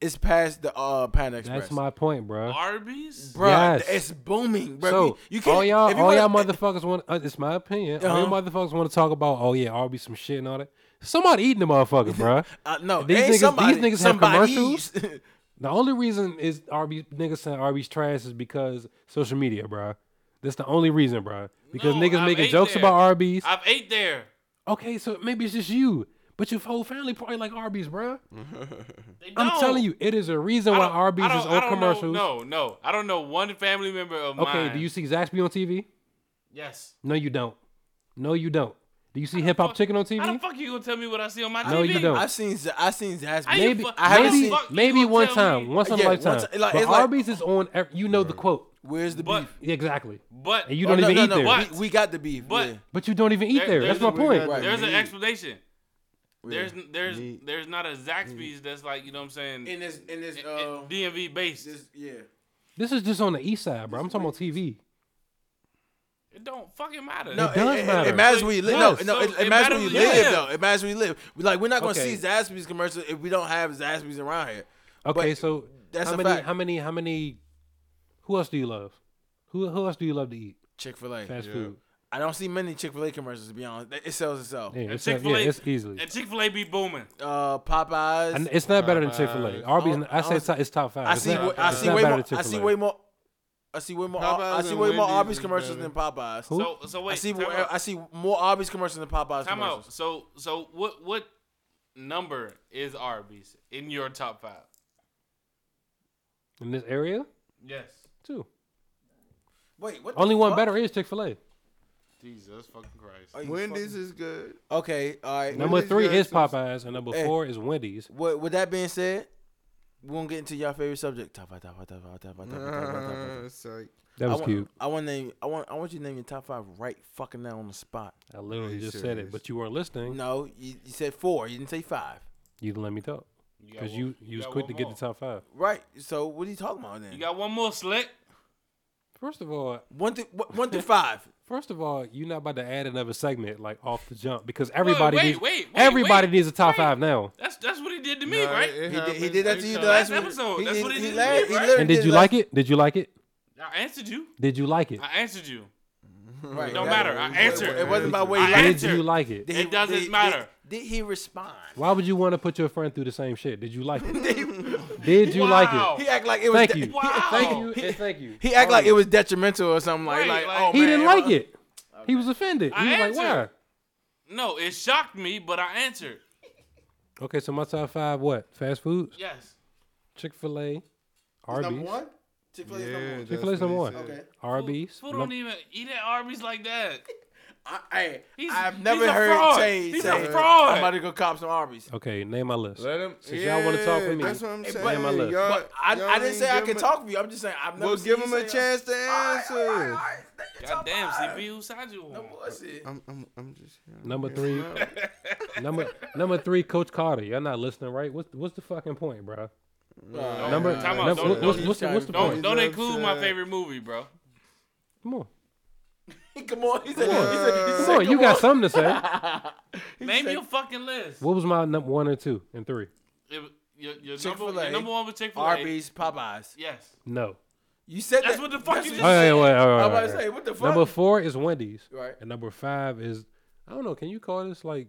it's past the uh Pan Express. That's my point, bro. Arby's? Bro, Yes. it's booming, bro. So you can't. all y'all, if you all wanna- Uh-huh. y'all motherfuckers want. Uh, it's my opinion. All y'all motherfuckers want to talk about. Oh yeah, Arby's some shit and all that. Somebody eating the motherfucker, bro. Uh, no, These these ain't niggas- somebody, these niggas have somebody's. The only reason is Arby's niggas saying Arby's trash is because social media, bro. That's the only reason, bro. Because No, niggas I've making ate jokes there. about Arby's. I've ate there. okay, so maybe it's just you, but your whole family probably like Arby's, bro. They I'm don't. telling you, it is a reason I why don't- I Arby's don't- is I on don't commercials. Know, no, no. I don't know one family member of okay, mine. do you see Zaxby on TV? Yes. No, you don't. No, you don't. Do you see Hip Hop fuck- Chicken on TV? How the fuck you gonna tell me what I see on my No, TV? you don't. I've seen. Z- I've seen Zaxby. I ain't maybe, fuck- I haven't maybe, seen- maybe you one gonna tell time, me- once in Yeah, a one lifetime. ti- like, but it's like- Arby's is on. ev- You know the quote Where's the But beef? Yeah, exactly, but and you Oh, don't no, even no, eat no, there. But- We, we got the beef. but- yeah. But you don't even eat There- there. there's That's a- my we point. got- there's an Meat. explanation. There's Yeah. there's Meat. there's not a Zaxby's that's like you know what I'm saying in this in this it- it- uh DMV based. this yeah. This is just on the east side, bro. I'm talking about TV. It don't fucking matter. No, It does it, matter. It, matters where you live. Yes. No, no, it, So it it matters where you matters- live, yeah. though. It matters where you live. We- Like we're not gonna Okay. see Zaxby's commercial if we don't have Zaxby's around here. Okay, But so that's how a many? fact. How many? How many? Who else do you love? Who Who else do you love to eat Chick Fil A. fast Yeah. food? I don't see many Chick Fil A commercials to be honest. It sells itself. Yeah, it's, not, yeah, Chick-fil-A- it's easily. And Chick Fil A be booming. Uh, And Popeyes. it's not better than Chick Fil A. Popeyes. Arby's. Oh, not- I say it's top- it's top five. I It's see. not- wa- I it's see not way better more. than I see Chick-fil-A. way more. I see way more. I Popeyes see and way more Wendy's Arby's is commercials better. than Popeyes. Who? So so wait. I see. time wa- out. I see more Arby's commercials than Popeyes Time out. commercials. So so what what number is Arby's in your top five? in this area Yes. too. Wait, what? the Only one fuck? better is Chick Fil A. Jesus fucking Christ. Are you Wendy's is good. fucking- Okay, all right. Number Wendy's three got is some- Popeyes, and number Hey. four is Wendy's. With, with that being said, we won't get into your favorite subject. Top five, top five, top five, top five, top five, top five, top five, top five. it's like That I was want, cute. I want name. I want. I want you to name your top five right fucking now on the spot. I literally you just said it, serious? but you weren't listening. No, you, you said four. You didn't say five. You didn't let me talk got because one- you you was got quick one to get more. the top five. Right. So what are you talking about then? You got one more slick. First of all, one through wh- one through five. First of all, you're not about to add another segment like off the jump because everybody wait, needs, wait, wait, everybody wait, needs a top wait. five now. That's that's what he did to me, Nah, right? it He did, he happens. did that They to you come- last last week. episode. He That's did- what he did to la- me, right? literally And did you last- like it? Did you like it? I answered you. Did you like it? I answered you. Right, Don't that- matter. I it- answered. It wasn't about what I he liked. Did answered. you like it? Did he- It doesn't did- did- matter. Did he respond? Why would you want to put your friend through the same shit? Did you like it? Did you like it? Wow. He act like it was. Thank de- you. he- Wow. Thank you. and thank you. He act like it was detrimental or something like. Oh. Right, Like, like- oh He man, didn't well- like it. He was offended. He I was like, why? answered. No, it shocked me, but I answered. Okay, so my top five what? Fast foods, Yes. Chick Fil A, Chick-fil-A Arby's, is number Yeah, one. Chick-fil-A's that's what number he one. said. Okay. Arby's. Who Num- don't even eat at Arby's like that? I, I, He's- I've he's never a heard fraud. Tay He's a say, fraud. I'm about to go cop some Arby's. Okay, name my list. Let him. Since y'all wanna talk with me, That's what I'm Hey, saying. but- my list. Y'all- But I, y'all I didn't ain't say I give could him a- talk for you. I'm just saying I've never Well, seen give you him a say, chance to "All right, all right, all answer. right, then you're God top damn, five." CP, who side you on? No bullshit. I'm, I'm, I'm just. here. I'm Number hearing three. him out. Number number three, Coach Carter. Y'all not listening, right? What's what's the fucking point, bro? Nah, Number, nah, time out, number- don't- what- what's, don't what's the, keep what's the trying. Don't point? don't He's include my upset. favorite movie, bro. Come on, Come on, he said, he on. said, he come said, on. You got something to say. He Name said your fucking list. What was my number one and two and three? If, your, your, number, Chick-fil-A, your number one was Chick Fil A. Arby's, Popeyes. Yes. No. You said That's that. what the fuck you All just what- right, wait, wait, all right, I'm about all to right, all say, right. what the fuck? Number four is Wendy's, Right. and number five is I don't know. Can you call this like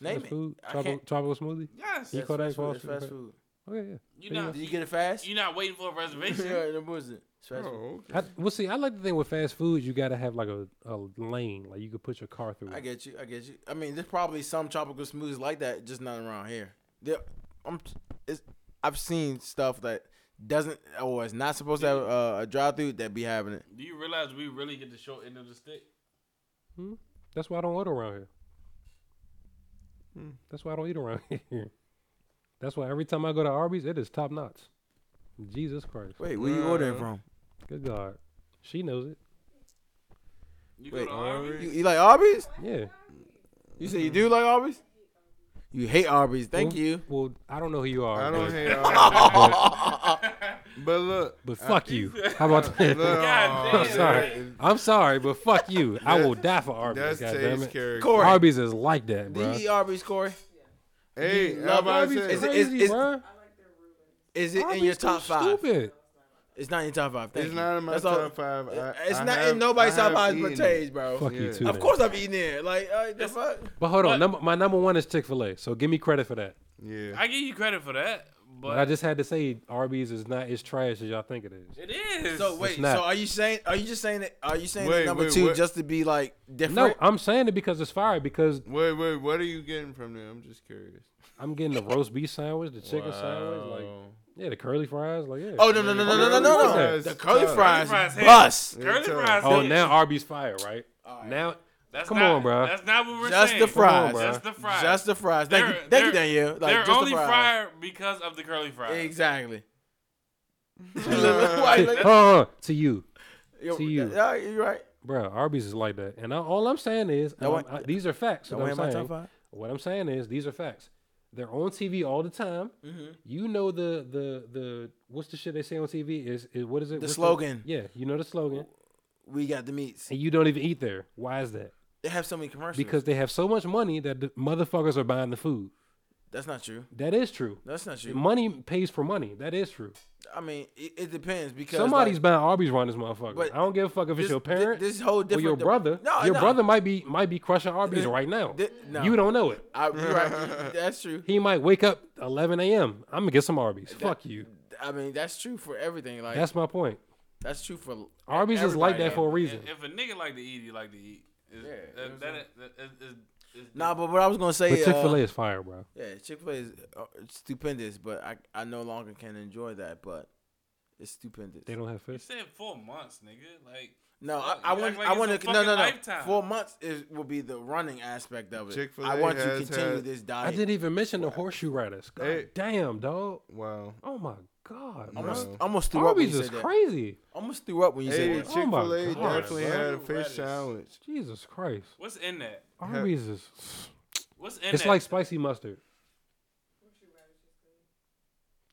Name fast it. food I tropical, can't- tropical smoothie? Yes. You call that It's fast fast food. It's fast food? food. Okay, yeah. You not Did you get it fast? you not waiting for a reservation. Yeah, no bullshit. It's fast food. Oh, I, well, see, I like the thing with fast food. You gotta have like a, a lane, like you could put your car through. I get you. I get you. I mean, there's probably some tropical smoothies like that, just not around here. There, I'm, it's, I've seen stuff that doesn't or is not supposed to have uh, a drive through that be having it. Do you realize we really get the short end of the stick? That's why I don't order around here. Hmm. That's why I don't eat around here. That's why every time I go to Arby's, it is top notch. Jesus Christ. Wait, where you ordering Uh, from? Good God. She knows it. You Wait, go to Arby's? You, you like Arby's? Yeah. You say you do like Arby's? You hate Arby's. Thank Well, you. Well, I don't know who you are. I but- don't hate all But look. But fuck you. How about look, that? God aw, I'm sorry. that- I'm sorry, but fuck you. I will die for Arby's. That's God damn Tate's it. character. Corey. Arby's is like that, Do you bro. eat Arby's, Corey? Hey, You how love about I Arby's say? Is is it- is- crazy, is- bro. Is it in your top five? It's not in your top five. Thank It's you. not in my That's all- top five. I, it's I not have- in nobody's I top have five but eaten Taze, it. bro. Fuck you Yeah. too. Of then. course I've eaten there. Like, uh, the fuck? But hold on, But- number, my number one is Chick Fil A. So give me credit for that. Yeah. I give you credit for that, But, but I just had to say Arby's is not as trash as y'all think it is. it is. So wait, not. so are you saying? Are you just saying that? Are you saying Wait, that number wait, two what- just to be like No, different? I'm saying it because it's fire. Because Wait, wait. What are you getting from there? I'm just curious. I'm getting the roast beef sandwich, the chicken sandwich, like Wow. yeah, the curly fries, like yeah. Oh no no no no no no no! no. Curly The curly fries fries, suck. Curly fries hit. bust. Curly It's a- fries. Oh, is- now Arby's fire, right? Alright. Now That's come not, on, bruh. That's not what we're Just saying. the fries. bruh. Just the fries. Just the fries. Thank you, They're- thank you, they're- Danielle. Like, They're just only the fries. fire because of the curly fries. Exactly. Why you to, look- uh, to you, Yo, to you. yeah, you're right. bro. Arby's is like that, and I, all I'm saying is, That and one- I'm- I- these are facts. That what, one I'm in my top saying. five. what I'm saying is, these are facts. They're on TV all the time. You know the the the what's the shit they say on TV is, is what is it? The What's slogan. yeah, you know the slogan, We got the meats. and you don't even eat there. Why is that? They have so many commercials. Because they have so much money that the motherfuckers are buying the food. that's not true. That is true. That's not true. Money pays for money. That is true. I mean, it, it depends because Somebody's like, buying Arby's around this motherfucker. But I don't give a fuck if this, it's your parent This, this whole or different your de- brother. No, your no. brother might be might be crushing Arby's Th- right now. th- no. You don't know it. I, you're right. That's true. He might wake up 11 a.m. I'm gonna get some Arby's. fuck you. I mean, that's true for everything. Like that's, That's my point. true for Arby's is like that everybody. for a If, reason. if a nigga like to eat, he like to eat. It's, Yeah, that, that's that, that- that- is- is- is- Nah, but what I was gonna say, But Chick Fil A uh, is fire, bro. yeah, Chick Fil A is uh, it's stupendous, but I I no longer can enjoy that. But it's stupendous. They don't have You fish. said four months, nigga. Like No, I, You I act want like I it's want a to no fucking no no. lifetime. Four months is will be the running aspect of it. Chick-fil-A I want to has continue had- this I diet. didn't even mention the horseshoe riders. God Hey. damn, dog. Wow. Oh my god. bro. almost No. almost threw up when Arby's you is said that. crazy. Almost threw up when you Hey, said Chick that. Oh my Fil A God, definitely bro. had a fish Lettuce. sandwich. Jesus Christ. what's in that? Arby's is. What's in It's that? like spicy mustard.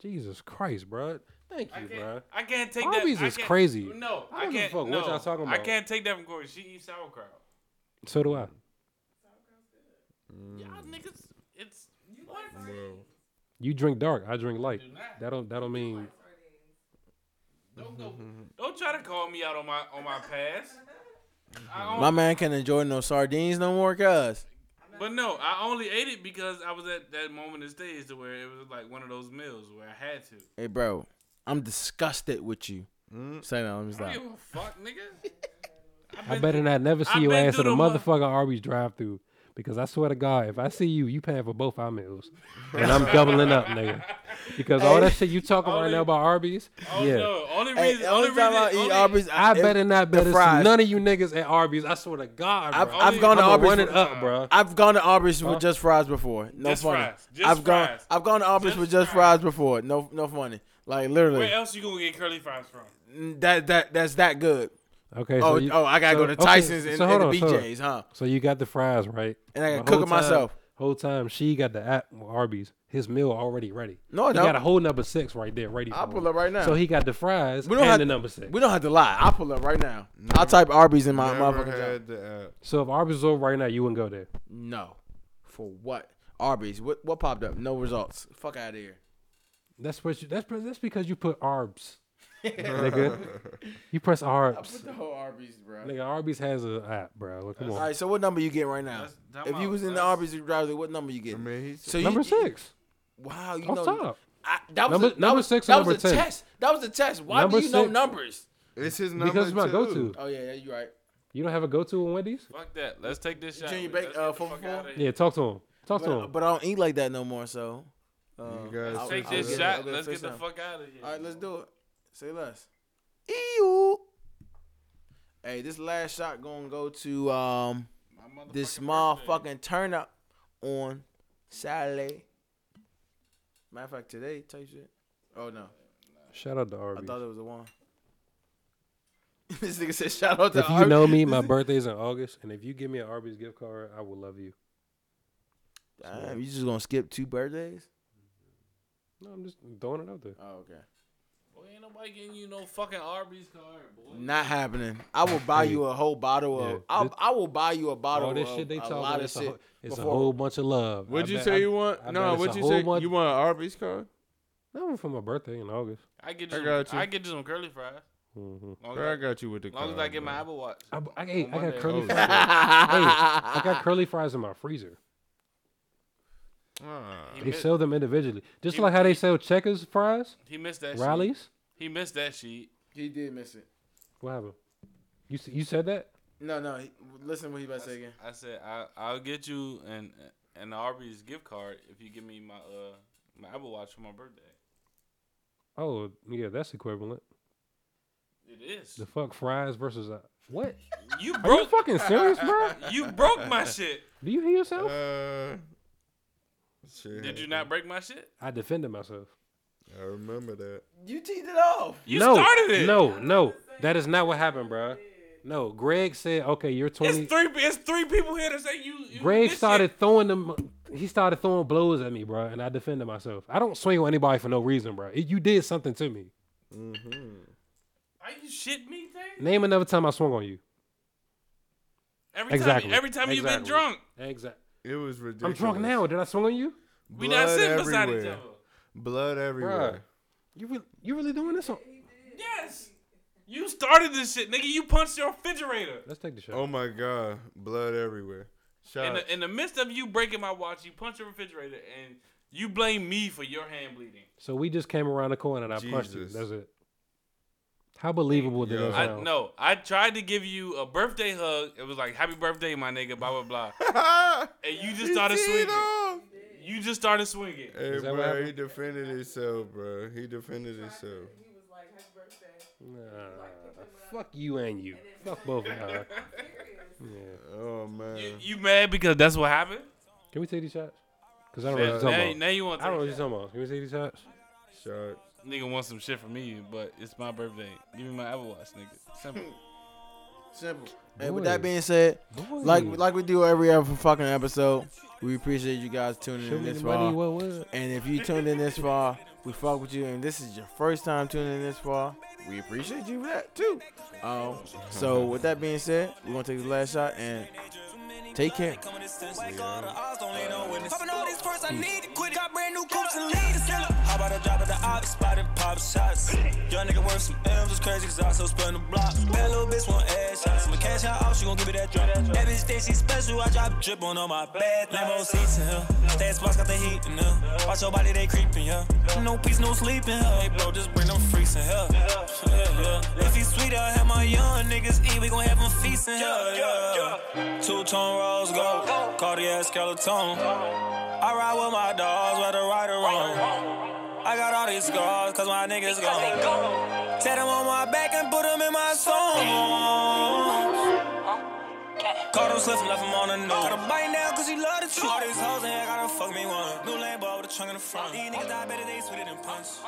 Jesus Christ, bro. Thank I you, can't, bro. I can't take Arby's that. I is can't- crazy. No, I I, don't give a can't. fuck what no, y'all talking I about. can't take that from Corey. She eats sauerkraut. So do I. Mm. Y'all niggas, it's what? Wow. You drink dark. I drink light. Do not. That don't. That don't mean. Don't go. Don't try to call me out on my on my past. I My on, man can't enjoy no sardines no more, cuz. but no, I only ate it because I was at that moment in stage to where it was like one of those meals where I had to. Hey, bro, I'm disgusted with you. Mm. Say that. Let me I stop. don't give a fuck, nigga. I've I been better not never see I've your been ass at a through the mo- motherfucking Arby's drive-through because I swear to God, if I see you, you paying for both our meals, and I'm doubling up, nigga. Because all that shit you talking right Only- now about Arby's, Oh yeah. no! Only Hey, reason, the only, only time I reason, eat only, Arby's, I if- better not the better see fries. none of you niggas at Arby's. I swear to God, I've, bro. only- I've gone to I'm Arby's. running with- up, bro. I've gone to Arby's with just fries before. No Just funny. fries. Just I've gone. fries. I've gone to Arby's Just with just fries. fries. before. No, no funny. Like literally, Where else you gonna get curly fries from? Mm, that that that's that good. Okay. Oh, so you, oh, I gotta so- go to okay, Tyson's so and, hold and on, the so hold on. BJ's, huh? So you got the fries right, And I gotta But cook whole it myself. time- Whole time she got the app Arby's, his meal already ready. No, I he don't. got a whole number six right there, ready. I'll for pull him. up right now. So he got the fries we don't and have the number six. We don't have to lie. I'll pull up right now. I'll type Arby's in my Never motherfucking job. had the app. So if Arby's was over right now, you wouldn't go there. No, for what? Arby's. What what popped up? No results. Fuck out of here. That's what. You, that's pre- that's because you put Arbs, nigga. You press Arbs, the whole Arby's, bro. nigga. Arby's has an app, bro. Come All on. right. So what number you get right now? That's- that if my- you was in the that's- Arby's drive, what number you I get? mean, he's So Number you, six. Wow, you On know top. I, that was Number- a, that number was, six or That was number a 10? test. That was a test. Why Number do you know six. numbers? it's his number Because it's my two. go-to. Oh yeah, yeah, you're right. You don't have a go-to in Wendy's? Fuck that. Let's take this shot. Junior Let's Bake, get uh, the four fuck for outta four? here. Yeah. Talk to him. Talk to But, him. but I don't eat like that no more. So uh, You guys I'll- Take I'll this get it. I'll shot. get it Let's get the FaceTime. fuck out of here. All right, let's do it. Say less. Ew. Hey, this last shot gonna go to um My this motherfucking motherfucking birthday. turn up on Saturday. Matter of fact, today type shit. Oh no, Shout out to I Arby's. thought it was the one. this nigga said shout out to. If you Arby." know me, This my nigga- birthday's in August, and if you give me an Arby's gift card, I will love you. Damn, you just gonna skip two birthdays? No, I'm just throwing it out there. Oh okay. Boy, ain't nobody getting you no fucking Arby's card, boy. Not happening. I will buy Hey. you a whole bottle of. Yeah, I'll, this- I will buy you a bottle All this of shit they a talking lot about, of it's, a, shit. whole- it's a before- whole bunch of love. I What'd you bet- say I- you want? I bet no, it's what'd a you say? whole month- You want an Arby's card? That was for my birthday in August. I get I you. I, got you. I get you some curly fries. hmm Long Bro, I as, got you with the I, long as card. I get my bro. Apple Watch. I, I, hey, On I got Monday. curly Oh, fries. I got curly fries in my freezer. Ah. He They missed- sell them individually, just he- like how they sell checkers fries, He missed that. Sheet. Riley's. He missed that sheet. He did miss it. What happened? You s- you said that? No, no. He, listen, what he about to say again? I said I I'll get you an an Arby's gift card if you give me my uh my Apple Watch for my birthday. Oh yeah, that's equivalent. It is. The fuck fries versus a, what? You Are you broke fucking serious, bro? you broke my shit. Do you hear yourself? Uh, shit. Did you not break my shit? I defended myself. I remember that. You teed it off. You no, started it. No, no, that is not what happened, bruh. No, Greg said, okay, you're 20. It's three. It's three people here that say you. you Greg this started shit. throwing them. He started throwing blows at me, bruh, and I defended myself. I don't swing on anybody for no reason, bruh. It- You did something to me. Mm-hmm. Are you shitting me, Tay? Name another time I swung on you. Every Exactly. time. Every time you've been Exactly. drunk, Exactly. It was I'm ridiculous. drunk now. Did I swing on you? we not Blood sitting beside each everywhere. other. Blood Bruh. everywhere. You really, you really doing this on? Yes. You started this shit, nigga. You punched your refrigerator. Let's take the shot. Oh my god, blood everywhere. In Shout the, in the midst of you breaking my watch, you punch a refrigerator, and you blame me for your hand bleeding. So we just came around the corner and I punched you. Jesus. That's it. How believable did Yo. that I sound? no, I tried to give you a birthday hug. It was like "Happy birthday, my nigga," blah blah blah, and you just started swinging. You just started swinging. Hey, Is that what bro, he happened? defended himself, bro. He defended himself. He was like, happy birthday. Nah, fuck you and you. Fuck both of y'all. Yeah. Oh You, man. you mad because that's what happened? Can we take these shots? Because I don't know Now, what you're now, talking about. now you want I don't know what to you're talking about. Can we take these shots? Shark. nigga wants some shit from me, but it's my birthday. Give me my Apple Watch, nigga. Simple. Simple. And with Boy. that being said, like Boy. like we do every other fucking episode, we appreciate you guys tuning show in me this the far. money. What was? And if you tuned in this far, we fuck with you. And this is your first time tuning in this far, we appreciate you for that too. Um, so with that being said, we're gonna take this last shot and take care. Popping all these first, I need to quit. it. Got brand new coach and leaders. How about a drop at the ops, spot and pop shots? Young nigga worth some M's, it's crazy cause I so spin the block. Bad little bitch want ass shots. I'ma cash her out, she gon' give me that drop. That bitch think she special, I drop drip on all my bad Lambo seats in here. That spots got the heat in here. Watch your body, they creeping here. No peace, no sleep in here. Hey, bro, just bring them freaks in here. Yeah, yeah. If he sweet, I'll have my young niggas eat. We gon' have them feasting here. Yeah. Two tone rolls gold. Cartier skeleton. I ride with my dogs, whether right or wrong. I got all these scars, cause my niggas gone. Set them on my back and put them in my songs. Caught him slipping, left him on the nose. Got a bite now, cause he love the truth. All these hoes in here gotta fuck me one. New Lambo with a trunk in the front. These niggas die better, they sweeter than punch.